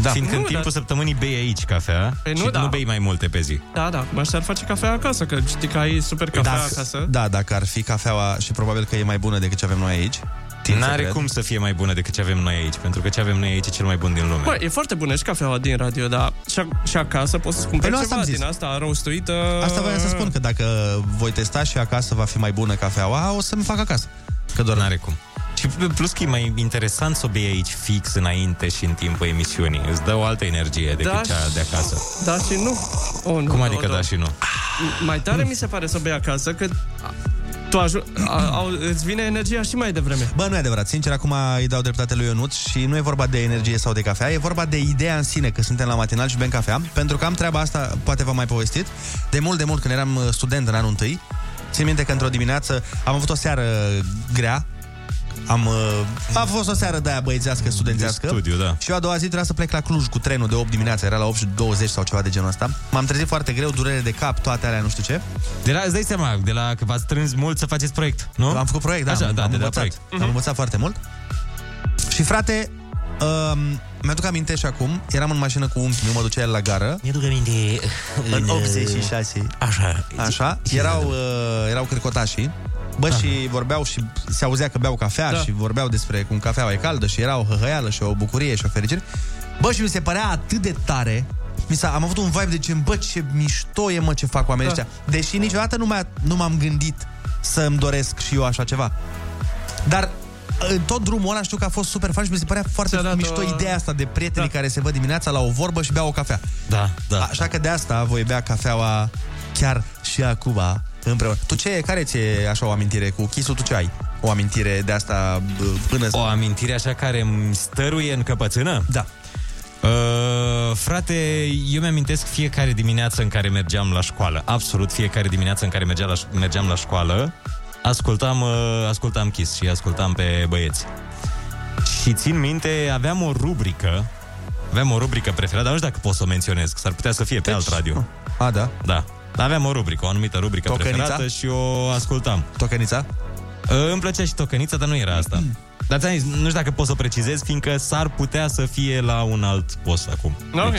Da. Fiindcă în Nu, timpul dar- săptămânii bei aici cafea Păi nu, nu, și da. nu bei mai multe pe zi. Da, da, mă și-ar face cafea acasă, că știi că ai super cafea dacă, acasă. Da, dacă ar fi cafeaua și probabil că e mai bună decât ce avem noi aici. Tind să N-are cred. cum să fie mai bună decât ce avem noi aici, pentru că ce avem noi aici e cel mai bun din lume. Bă, e foarte bună și cafeaua din radio, dar și, a- și acasă poți să-ți cumperi Păi nu, asta ceva am zis. din asta rostuită. Asta voiam să spun, că dacă voi testa și acasă va fi mai bună cafeaua, o să-mi fac acasă. Că doar n-are cum. Și plus că e mai interesant să o bei aici fix înainte și în timpul emisiunii. Îți dă o altă energie decât Da, cea de acasă. Da și nu. O, nu Cum o, adică o, da și nu? Mai tare mi se pare să bei acasă, că tu aju- a, au, îți vine energia și mai devreme. Bă, nu e adevărat. Sincer, acum îi dau dreptate lui Ionut și nu e vorba de energie sau de cafea, e vorba de ideea în sine că suntem la matinal și bem cafea, pentru că am treaba asta, poate v-am mai povestit, de mult de mult când eram uh, student în anul întâi, țin minte că într-o dimineață am avut o seară grea, am, uh, a fost o seară de-aia băiețească, studențească. studiu, da. Și eu a doua zi trebuia să plec la Cluj cu trenul de 8 dimineața, era la 8.20 sau ceva de genul ăsta. M-am trezit foarte greu, durere de cap, toate alea, nu știu ce. De la, îți dai seama, de la că v-ați strâns mult să faceți proiect, nu? Am făcut proiect, da, Așa, am, da, am de la învățat. proiect. Am învățat foarte mult. Și frate, um, mi-aduc aminte și acum, eram în mașină cu unchiul meu, mă ducea el la gară. Mi-aduc aminte uh, în 86. Așa. Așa, erau, uh, erau cricotașii. Bă, și vorbeau și se auzea că beau cafea Da. da. și vorbeau despre cum cafeaua e caldă și era o hăhăială și o bucurie și o fericire. Bă, și mi se părea atât de tare mi s-a, am avut un vibe de gen, bă, ce mișto e, mă, ce fac oamenii Da. ăștia. Deși niciodată nu, m-a, nu m-am gândit să-mi doresc și eu așa ceva. Dar în tot drumul ăla știu că a fost super fan și mi se părea foarte mișto o- ideea asta de prietenii da. care se văd dimineața la o vorbă și bea o cafea. Da, da. Așa că de asta voi bea cafeaua chiar și acum împreună. Tu ce, care ți-e așa o amintire cu chisul? Tu ce ai? O amintire de asta bă, până... O amintire așa care îmi stăruie în căpățână? Da. Uh, frate, eu mi-amintesc fiecare dimineață în care mergeam la școală. Absolut fiecare dimineață în care mergeam la, ș- mergeam la școală, ascultam, uh, ascultam Kiss și ascultam pe băieți. Și țin minte, aveam o rubrică, aveam o rubrică preferată, dar nu știu dacă pot să o menționez, că s-ar putea să fie pe alt radio. Deci, A, da. Da. Aveam o rubrică, o anumită rubrică Tocănița? preferată și o ascultam. Uh, Tocănița? Îmi plăcea și tocănița, dar nu era asta. Dar ți-am zis, nu știu dacă pot să o precizez, fiindcă s-ar putea să fie la un alt post acum. Ok.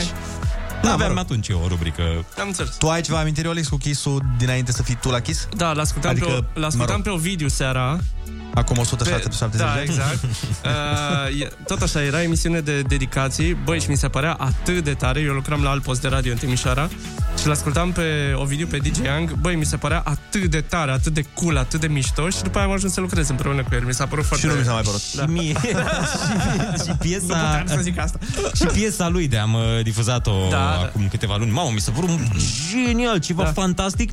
Da, aveam atunci eu o rubrică. Am înțeles. Tu ai ceva amintiri, Olix, cu Kiss-ul dinainte să fii tu la Kiss? Da, l-ascultam, adică, Adică, pe, l-ascultam mă pe Ovidiu seara. Acum 107 Da, exact. Uh, e- tot așa, era emisiune de dedicații. Băi, și mi se părea atât de tare. Eu lucram la alt post de radio în Timișoara și l-ascultam pe Ovidiu, pe DJ Young. Băi, mi se părea atât de tare, atât de cool, atât de mișto și după aia am ajuns să lucrez împreună cu el. Mi s-a părut foarte... nu mi s-a mai părut. Da. Și *laughs* mie. și piesa... Nu puteam să zic asta. Și piesa lui de am uh, difuzat-o da, Da, da. acum câteva luni. Mamă, mi se părut genial, ceva da. fantastic.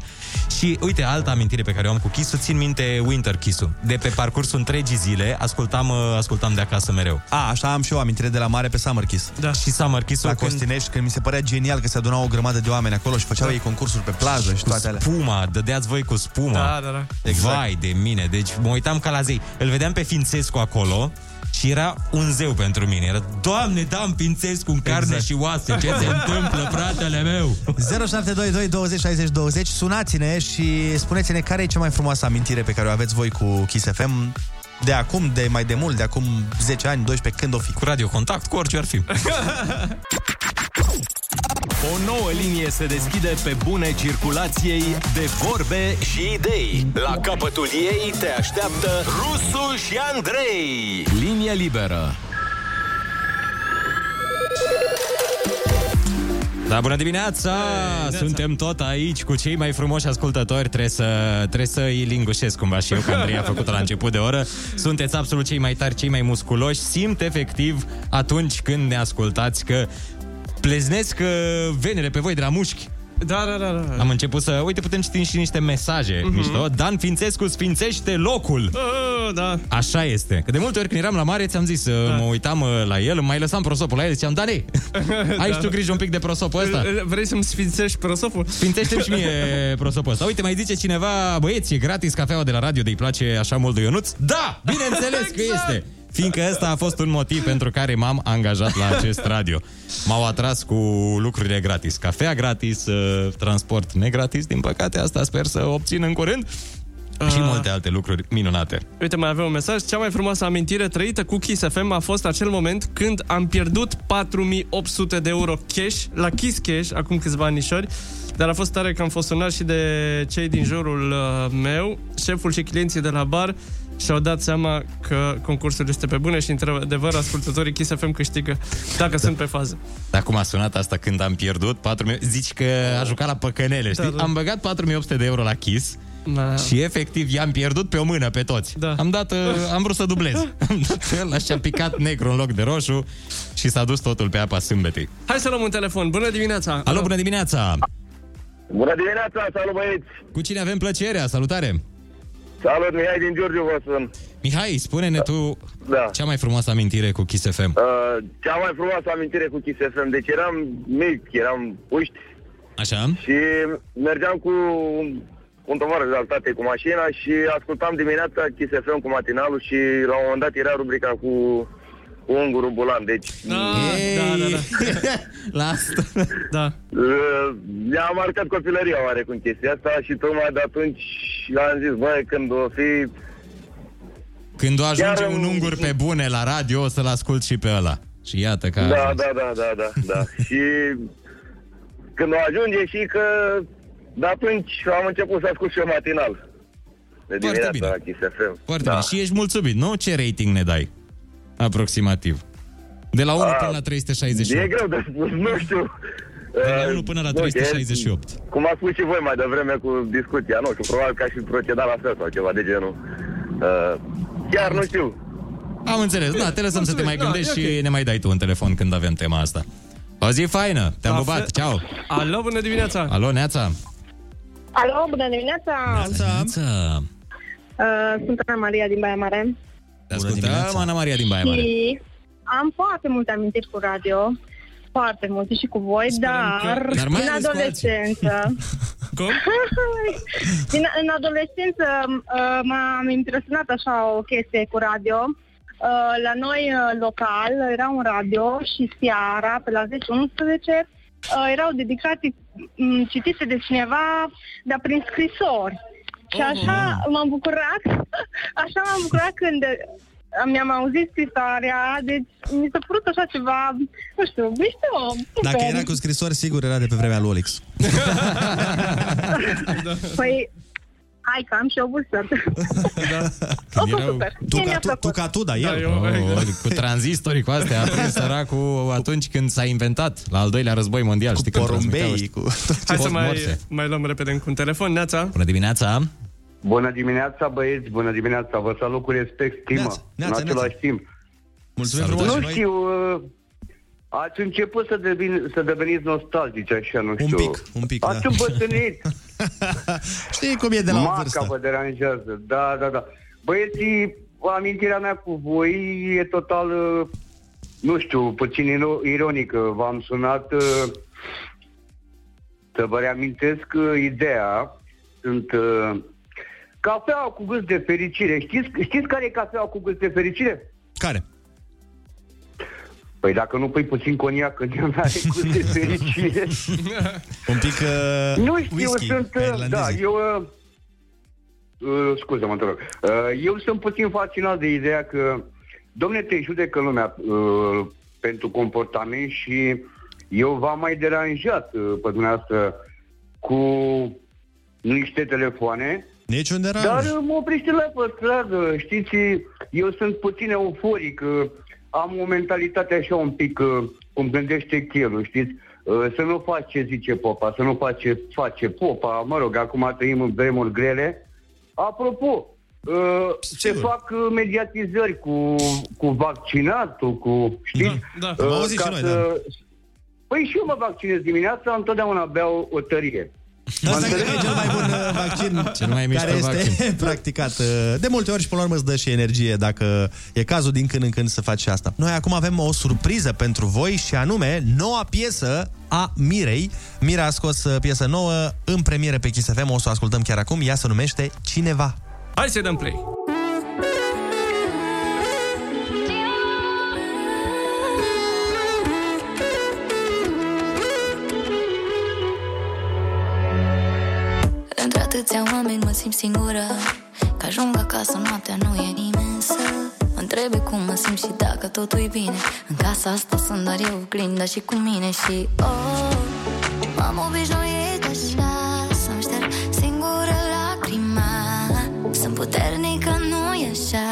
Și uite, alta amintire pe care o am cu Kiss-ul, țin minte Winter Kiss-ul. De pe parcursul întregii zile, ascultam, uh, ascultam de acasă mereu. A, așa am și eu amintire de la mare pe Summer Kiss. Da. Și Summer Kiss-ul La când- Costinești, când mi se părea genial că se adunau o grămadă de oameni acolo și Da. făceau ei concursuri pe plajă și cu toate alea. spuma, dădeați voi cu spuma. Da, da, da. Exact. Vai de mine, deci mă uitam ca la zei. Îl vedeam pe Fințescu acolo și era un zeu pentru mine. Era, Doamne, Dan Fințescu în carne exact. și oase, ce se întâmplă, fratele meu? 0722 20 60 20 Sunați-ne și spuneți-ne care e cea mai frumoasă amintire pe care o aveți voi cu Kiss FM de acum, de mai de mult, de acum 10 ani, 12, când o fi. Cu radio contact, cu orice ar fi. O nouă linie se deschide pe bune circulației de vorbe și idei. La capătul ei te așteaptă Rusu și Andrei. Linie liberă. Da, bună dimineața! Suntem tot aici cu cei mai frumoși ascultători. Trebuie să, trebuie să îi lingușesc cumva și eu, că Andrei a *laughs* făcut-o la început de oră. Sunteți absolut cei mai tari, cei mai musculoși. Simt efectiv atunci când ne ascultați că pleznesc uh, venele pe voi de la mușchi. Da, da, da, da. Mhm. Am început să... Uite, putem citi și niște mesaje mm-hmm. mișto. Dan Fințescu sfințește locul! Oh, da. Așa este. Că de multe ori când eram la mare, ți-am zis, da. mă uitam uh, la el, mai lăsam prosopul la el, ziceam, *laughs* Dani, ai Da. și tu grijă un pic de prosopul ăsta? Vrei să-mi sfințești prosopul? Păi, Sfințește-mi și mie prosopul ăsta. Uite, mai zice cineva, băieți, e gratis cafeaua de la radio, de-i place așa mult lui Ionuț? Da, bineînțeles că Exact. este! Fiindcă ăsta a fost un motiv pentru care m-am angajat la acest radio. M-au atras cu lucrurile gratis. Cafea gratis, uh, transport negratis, din păcate asta sper să obțin în curând. Și Uh. multe alte lucruri minunate. Uite, mai avem un mesaj. Cea mai frumoasă amintire trăită cu Kiss FM a fost acel moment când am pierdut 4800 de euro cash la Kiss Cash acum câțiva anișori, dar a fost tare că am fost sunat și de cei din jurul uh, meu, șeful și clienții de la bar și-au dat seama că concursul este pe bune și, într-adevăr, ascultătorii Kiss FM câștigă dacă sunt pe fază. Dar cum a sunat asta când am pierdut 4.000... Zici că a jucat la păcănele, știi? Da, da. Am băgat 4.800 de euro la Kiss Da. și efectiv i-am pierdut pe o mână pe toți. Da. Am dat, uh, am vrut să dublez. *laughs* Am dat el și a picat negru în loc de roșu și s-a dus totul pe apa sâmbetei. Hai să luăm un telefon. Bună dimineața! Alo, bună dimineața! Bună dimineața, salut băieți! Cu cine avem plăcerea? Salutare! Salut, Mihai din Giurgiu vă sunt. Mihai, spune-ne tu Da. cea mai frumoasă amintire cu Kiss FM. Uh, cea mai frumoasă amintire cu Kiss FM, deci eram mic, eram puști Așa? *laughs* și mergeam cu un- un tovarăș de-al tatei cu mașina și ascultam dimineața Kiss FM cu matinalul și la un moment dat era rubrica cu cu ungurul bulan, deci... Da, da, da. La asta. Da. *laughs* Uh, Mi-a marcat copilăria oare cu chestia asta și tocmai de atunci am zis, băi, când o fi Când o ajunge Chiar un în- ungur pe bune la radio, o să-l ascult și pe ăla. Și iată că a Da, ajuns. da, da, da, da, da. și când o ajunge și că de atunci am început să ascult și eu matinal. De dimineața la Kiss FM. Foarte da. bine. Și ești mulțumit, nu? Ce rating ne dai? Aproximativ. De la 1 A, până la 368. E greu de spus, nu știu. De la 1 până la Ok. 368. Cum a spus și voi mai devreme cu discuția, nu știu, probabil că aș fi procedat la fel sau ceva de genul. Uh, chiar nu știu. Am înțeles. Da, te lăsăm să te mai gândești și ne mai dai tu un telefon când avem tema asta. O zi faină! Te-am La bubat! fel. Ceau! Alo, bună dimineața! Alo, Neața! Ah, Alo, bună dimineața! Neața! Uh, sunt Ana Maria din Baia Mare. Te ascultăm, Da, Ana Maria din Baia Mare. Și am foarte multe amintiri cu radio, foarte multe și cu voi, dar, că- Dar mai în ales cu adolescență... *laughs* Cum? *laughs* din, în adolescență uh, m-am impresionat așa o chestie cu radio. Uh, La noi uh, local era un radio și seara, pe la 10-11, uh, erau dedicate, m, citite de cineva, dar prin scrisori. Oh, Și așa m-am bucurat, *laughs* așa m-am bucurat când uh, mi-am auzit scrisoarea, deci mi s-a părut așa ceva, nu știu, mișto. Dacă super. era cu scrisori, sigur era de pe vremea lui Olix. Păi, hai că am și obosat. Când fost super. Mie mi-a tu, tu ca tu, da, el. Oh, cu tranzistorii, cu astea, a prins săracul atunci când s-a inventat, la al doilea război mondial. Cu știi când transmiteau, știi? Hai să mai, Morse. mai luăm repede încă un telefon. Neața. Bună dimineața! Bună dimineața, băieți, bună dimineața. Vă salut cu respect, stimă, Neața, în neața, același timp. Mulțumim Nu frumos. știu, uh, ați început să, devin, să deveniți nostalgici, așa, nu știu. Un pic, un pic, Ați da. îmbătrânit. *laughs* Știi cum e de la o Maca vârstă. vă deranjează, da, da, da. Băieții, amintirea mea cu voi e total, uh, nu știu, puțin iro- ironică. V-am sunat uh, să vă reamintesc uh, ideea. Sunt uh, cafeaua cu gust de fericire. Știți, știți care e cafeaua cu gust de *laughs* fericire? Care? Păi dacă nu pui puțin coniac în ea, n-are *laughs* gust de *laughs* fericire. Un pic uh, Nu știu, whisky, sunt... ca Da, irlandezii. eu... uh, uh, Scuze-mă, te rog. Uh, Eu sunt puțin fascinat de ideea că, domne, te judecă lumea uh, pentru comportament și eu v-am mai deranjat uh, pe dumneavoastră cu niște telefoane Niciun deranj. dar uh, mă oprește la pe stradă, știți, eu sunt puțin euforic, uh, am o mentalitate așa un pic, uh, cum gândește chelul, știți, Uh, să nu faci ce zice popa, să nu faci ce face popa, mă rog, acum trăim în vremuri grele. Apropo, uh, se fac uh, mediatizări cu, cu vaccinatul, cu, știți? Da, Uh, am auzit ca și noi, să- Păi și eu mă vaccinez dimineața, întotdeauna beau o tărie. Asta cred că e cel mai bun uh, vaccin Cel mai mișto care este vaccin. *laughs* practicat uh, de multe ori și până la urmă îți dă și energie dacă e cazul din când în când să faci și asta. Noi acum avem o surpriză pentru voi și anume noua piesă a Mirei. Mira a scos uh, piesă nouă în premieră pe Kiss FM, o să o ascultăm chiar acum. Ea se numește Cineva. Hai să dăm play. Între atâția oameni mă simt singură Că ajung acasă noaptea nu e nimeni să mă întrebe cum mă simt și dacă totul e bine În casa asta sunt doar eu, oglinda și cu mine și oh M-am obișnuit așa Să-mi șterg singură lacrima Sunt puternică, nu e așa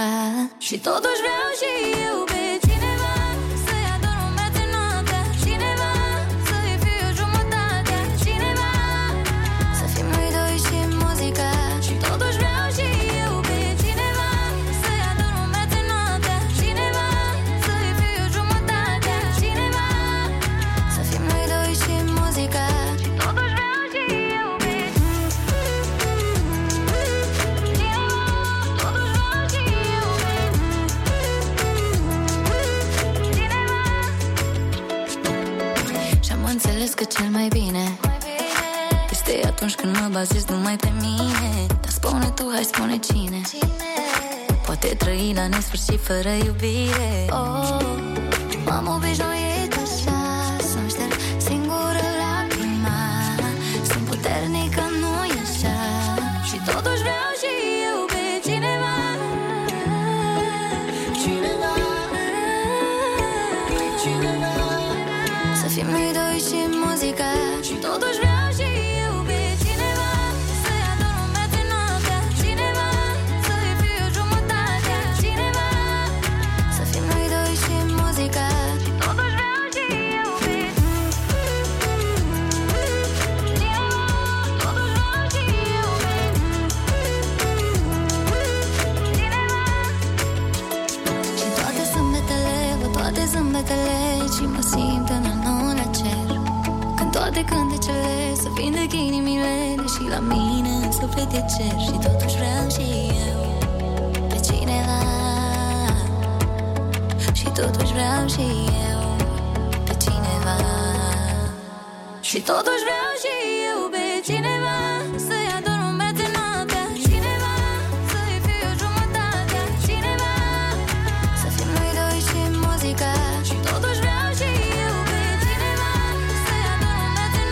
Și totuși vreau și eu pe cineva Să-i adorm o viață noaptea Cineva să-i fiu jumătatea Cineva să fim noi doi și muzica Și totuși vreau și eu pe cineva Să-i adun o viață noaptea Cineva Să-i fiu jumătatea Cineva Să fim noi doi și muzica Și totuși vreau și eu pe cineva Totuși vreau și eu pe cineva Și am înțeles că cel mai bine Este atunci când mă bazez numai pe mine Dar spune tu, hai spune cine Poate trăi la nesfârșit fără iubire oh, M-am obișnuit așa Să-mi șterg singură lacrima Sunt puternică, nu e așa Și totuși vreau și eu pe cineva Cineva Cineva Să fim noi doi și muzica Și totuși vreau și eu pe cineva Să-i adun o viață noaptea Cineva Să-i fiu jumătatea Cineva Să fim noi doi și muzica Și totuși vreau și eu pe cineva Totuși vreau și eu pe cineva și toate zâmbetele, vă toate zâmbetele Și mă simt în al nouălea cer Când toate cântecele să vindec inimile Deși la mine în suflet e cer Și totuși vreau și eu pe cineva Și totuși vreau și eu pe cineva Și totuși vreau și eu pe cineva Să-i adorm o viață noaptea Cineva Să-i fiu jumătatea Cineva să fim noi doi și muzica Și totuși vreau și eu pe cineva Să-i adorm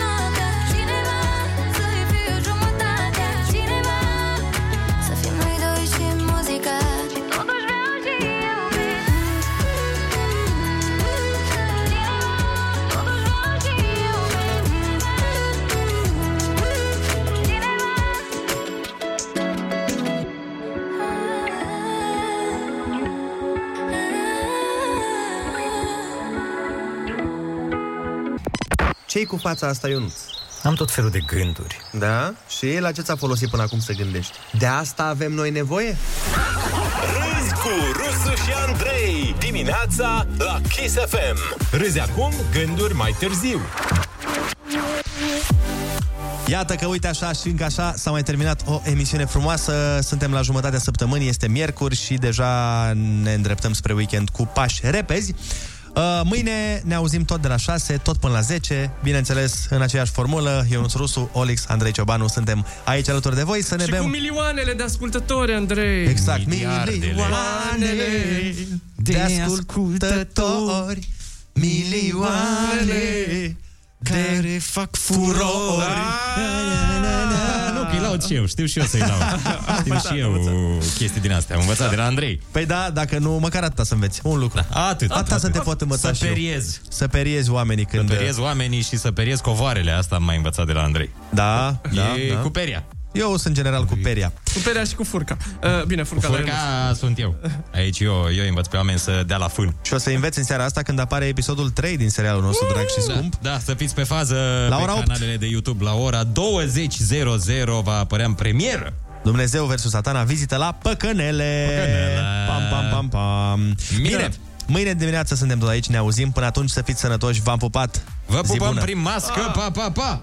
ce cu fața asta, Ionuț? Am tot felul de gânduri. Da? Și la ce ți-a folosit până acum să gândești? De asta avem noi nevoie? Râzi cu Rusu și Andrei Dimineața la Kiss FM Râzi acum, gânduri mai târziu Iată că uite așa și încă așa s-a mai terminat o emisiune frumoasă. Suntem la jumătatea săptămânii, este miercuri și deja ne îndreptăm spre weekend cu pași repezi. Uh, Mâine ne auzim tot de la 6, tot până la 10, bineînțeles în aceeași formulă, Ionuț Rusu, Olix, Andrei Ciobanu, suntem aici alături de voi să ne Și bem... cu milioanele de ascultători, Andrei. Exact, milioanele de ascultători, milioane care fac furori. Da, Nu, că îi laud și eu, știu și eu să-i laud. *laughs* Știu și eu chestii din astea, am învățat de la Andrei. Păi da, dacă nu, măcar atâta să înveți. Un lucru. Da, atât, atâta atât, să te atât. pot învăța Să și eu. periezi. Să periezi oamenii când... uh, Să periez oamenii și să periez covoarele, asta am mai învățat de la Andrei. Da, da, e da. cu peria. Eu sunt general cu peria. Cu perea și cu furca. Uh, bine, furca. Cu la furca Ionuț. sunt eu. Aici eu, eu îi învăț pe oameni să dea la fân. Și o să înveți în seara asta când apare episodul 3 din serialul nostru, drag și scump. Da, să fiți pe fază La pe ora opt. canalele de YouTube la ora 20.00 va apărea în premieră. Dumnezeu versus satana, vizită la Păcănele. Păcănele. Pam, pam, pam, pam. Bine, mâine dimineață suntem tot aici, ne auzim. Până atunci să fiți sănătoși, v-am pupat. Vă Zi pupăm bună. prin mască, pa, pa, pa!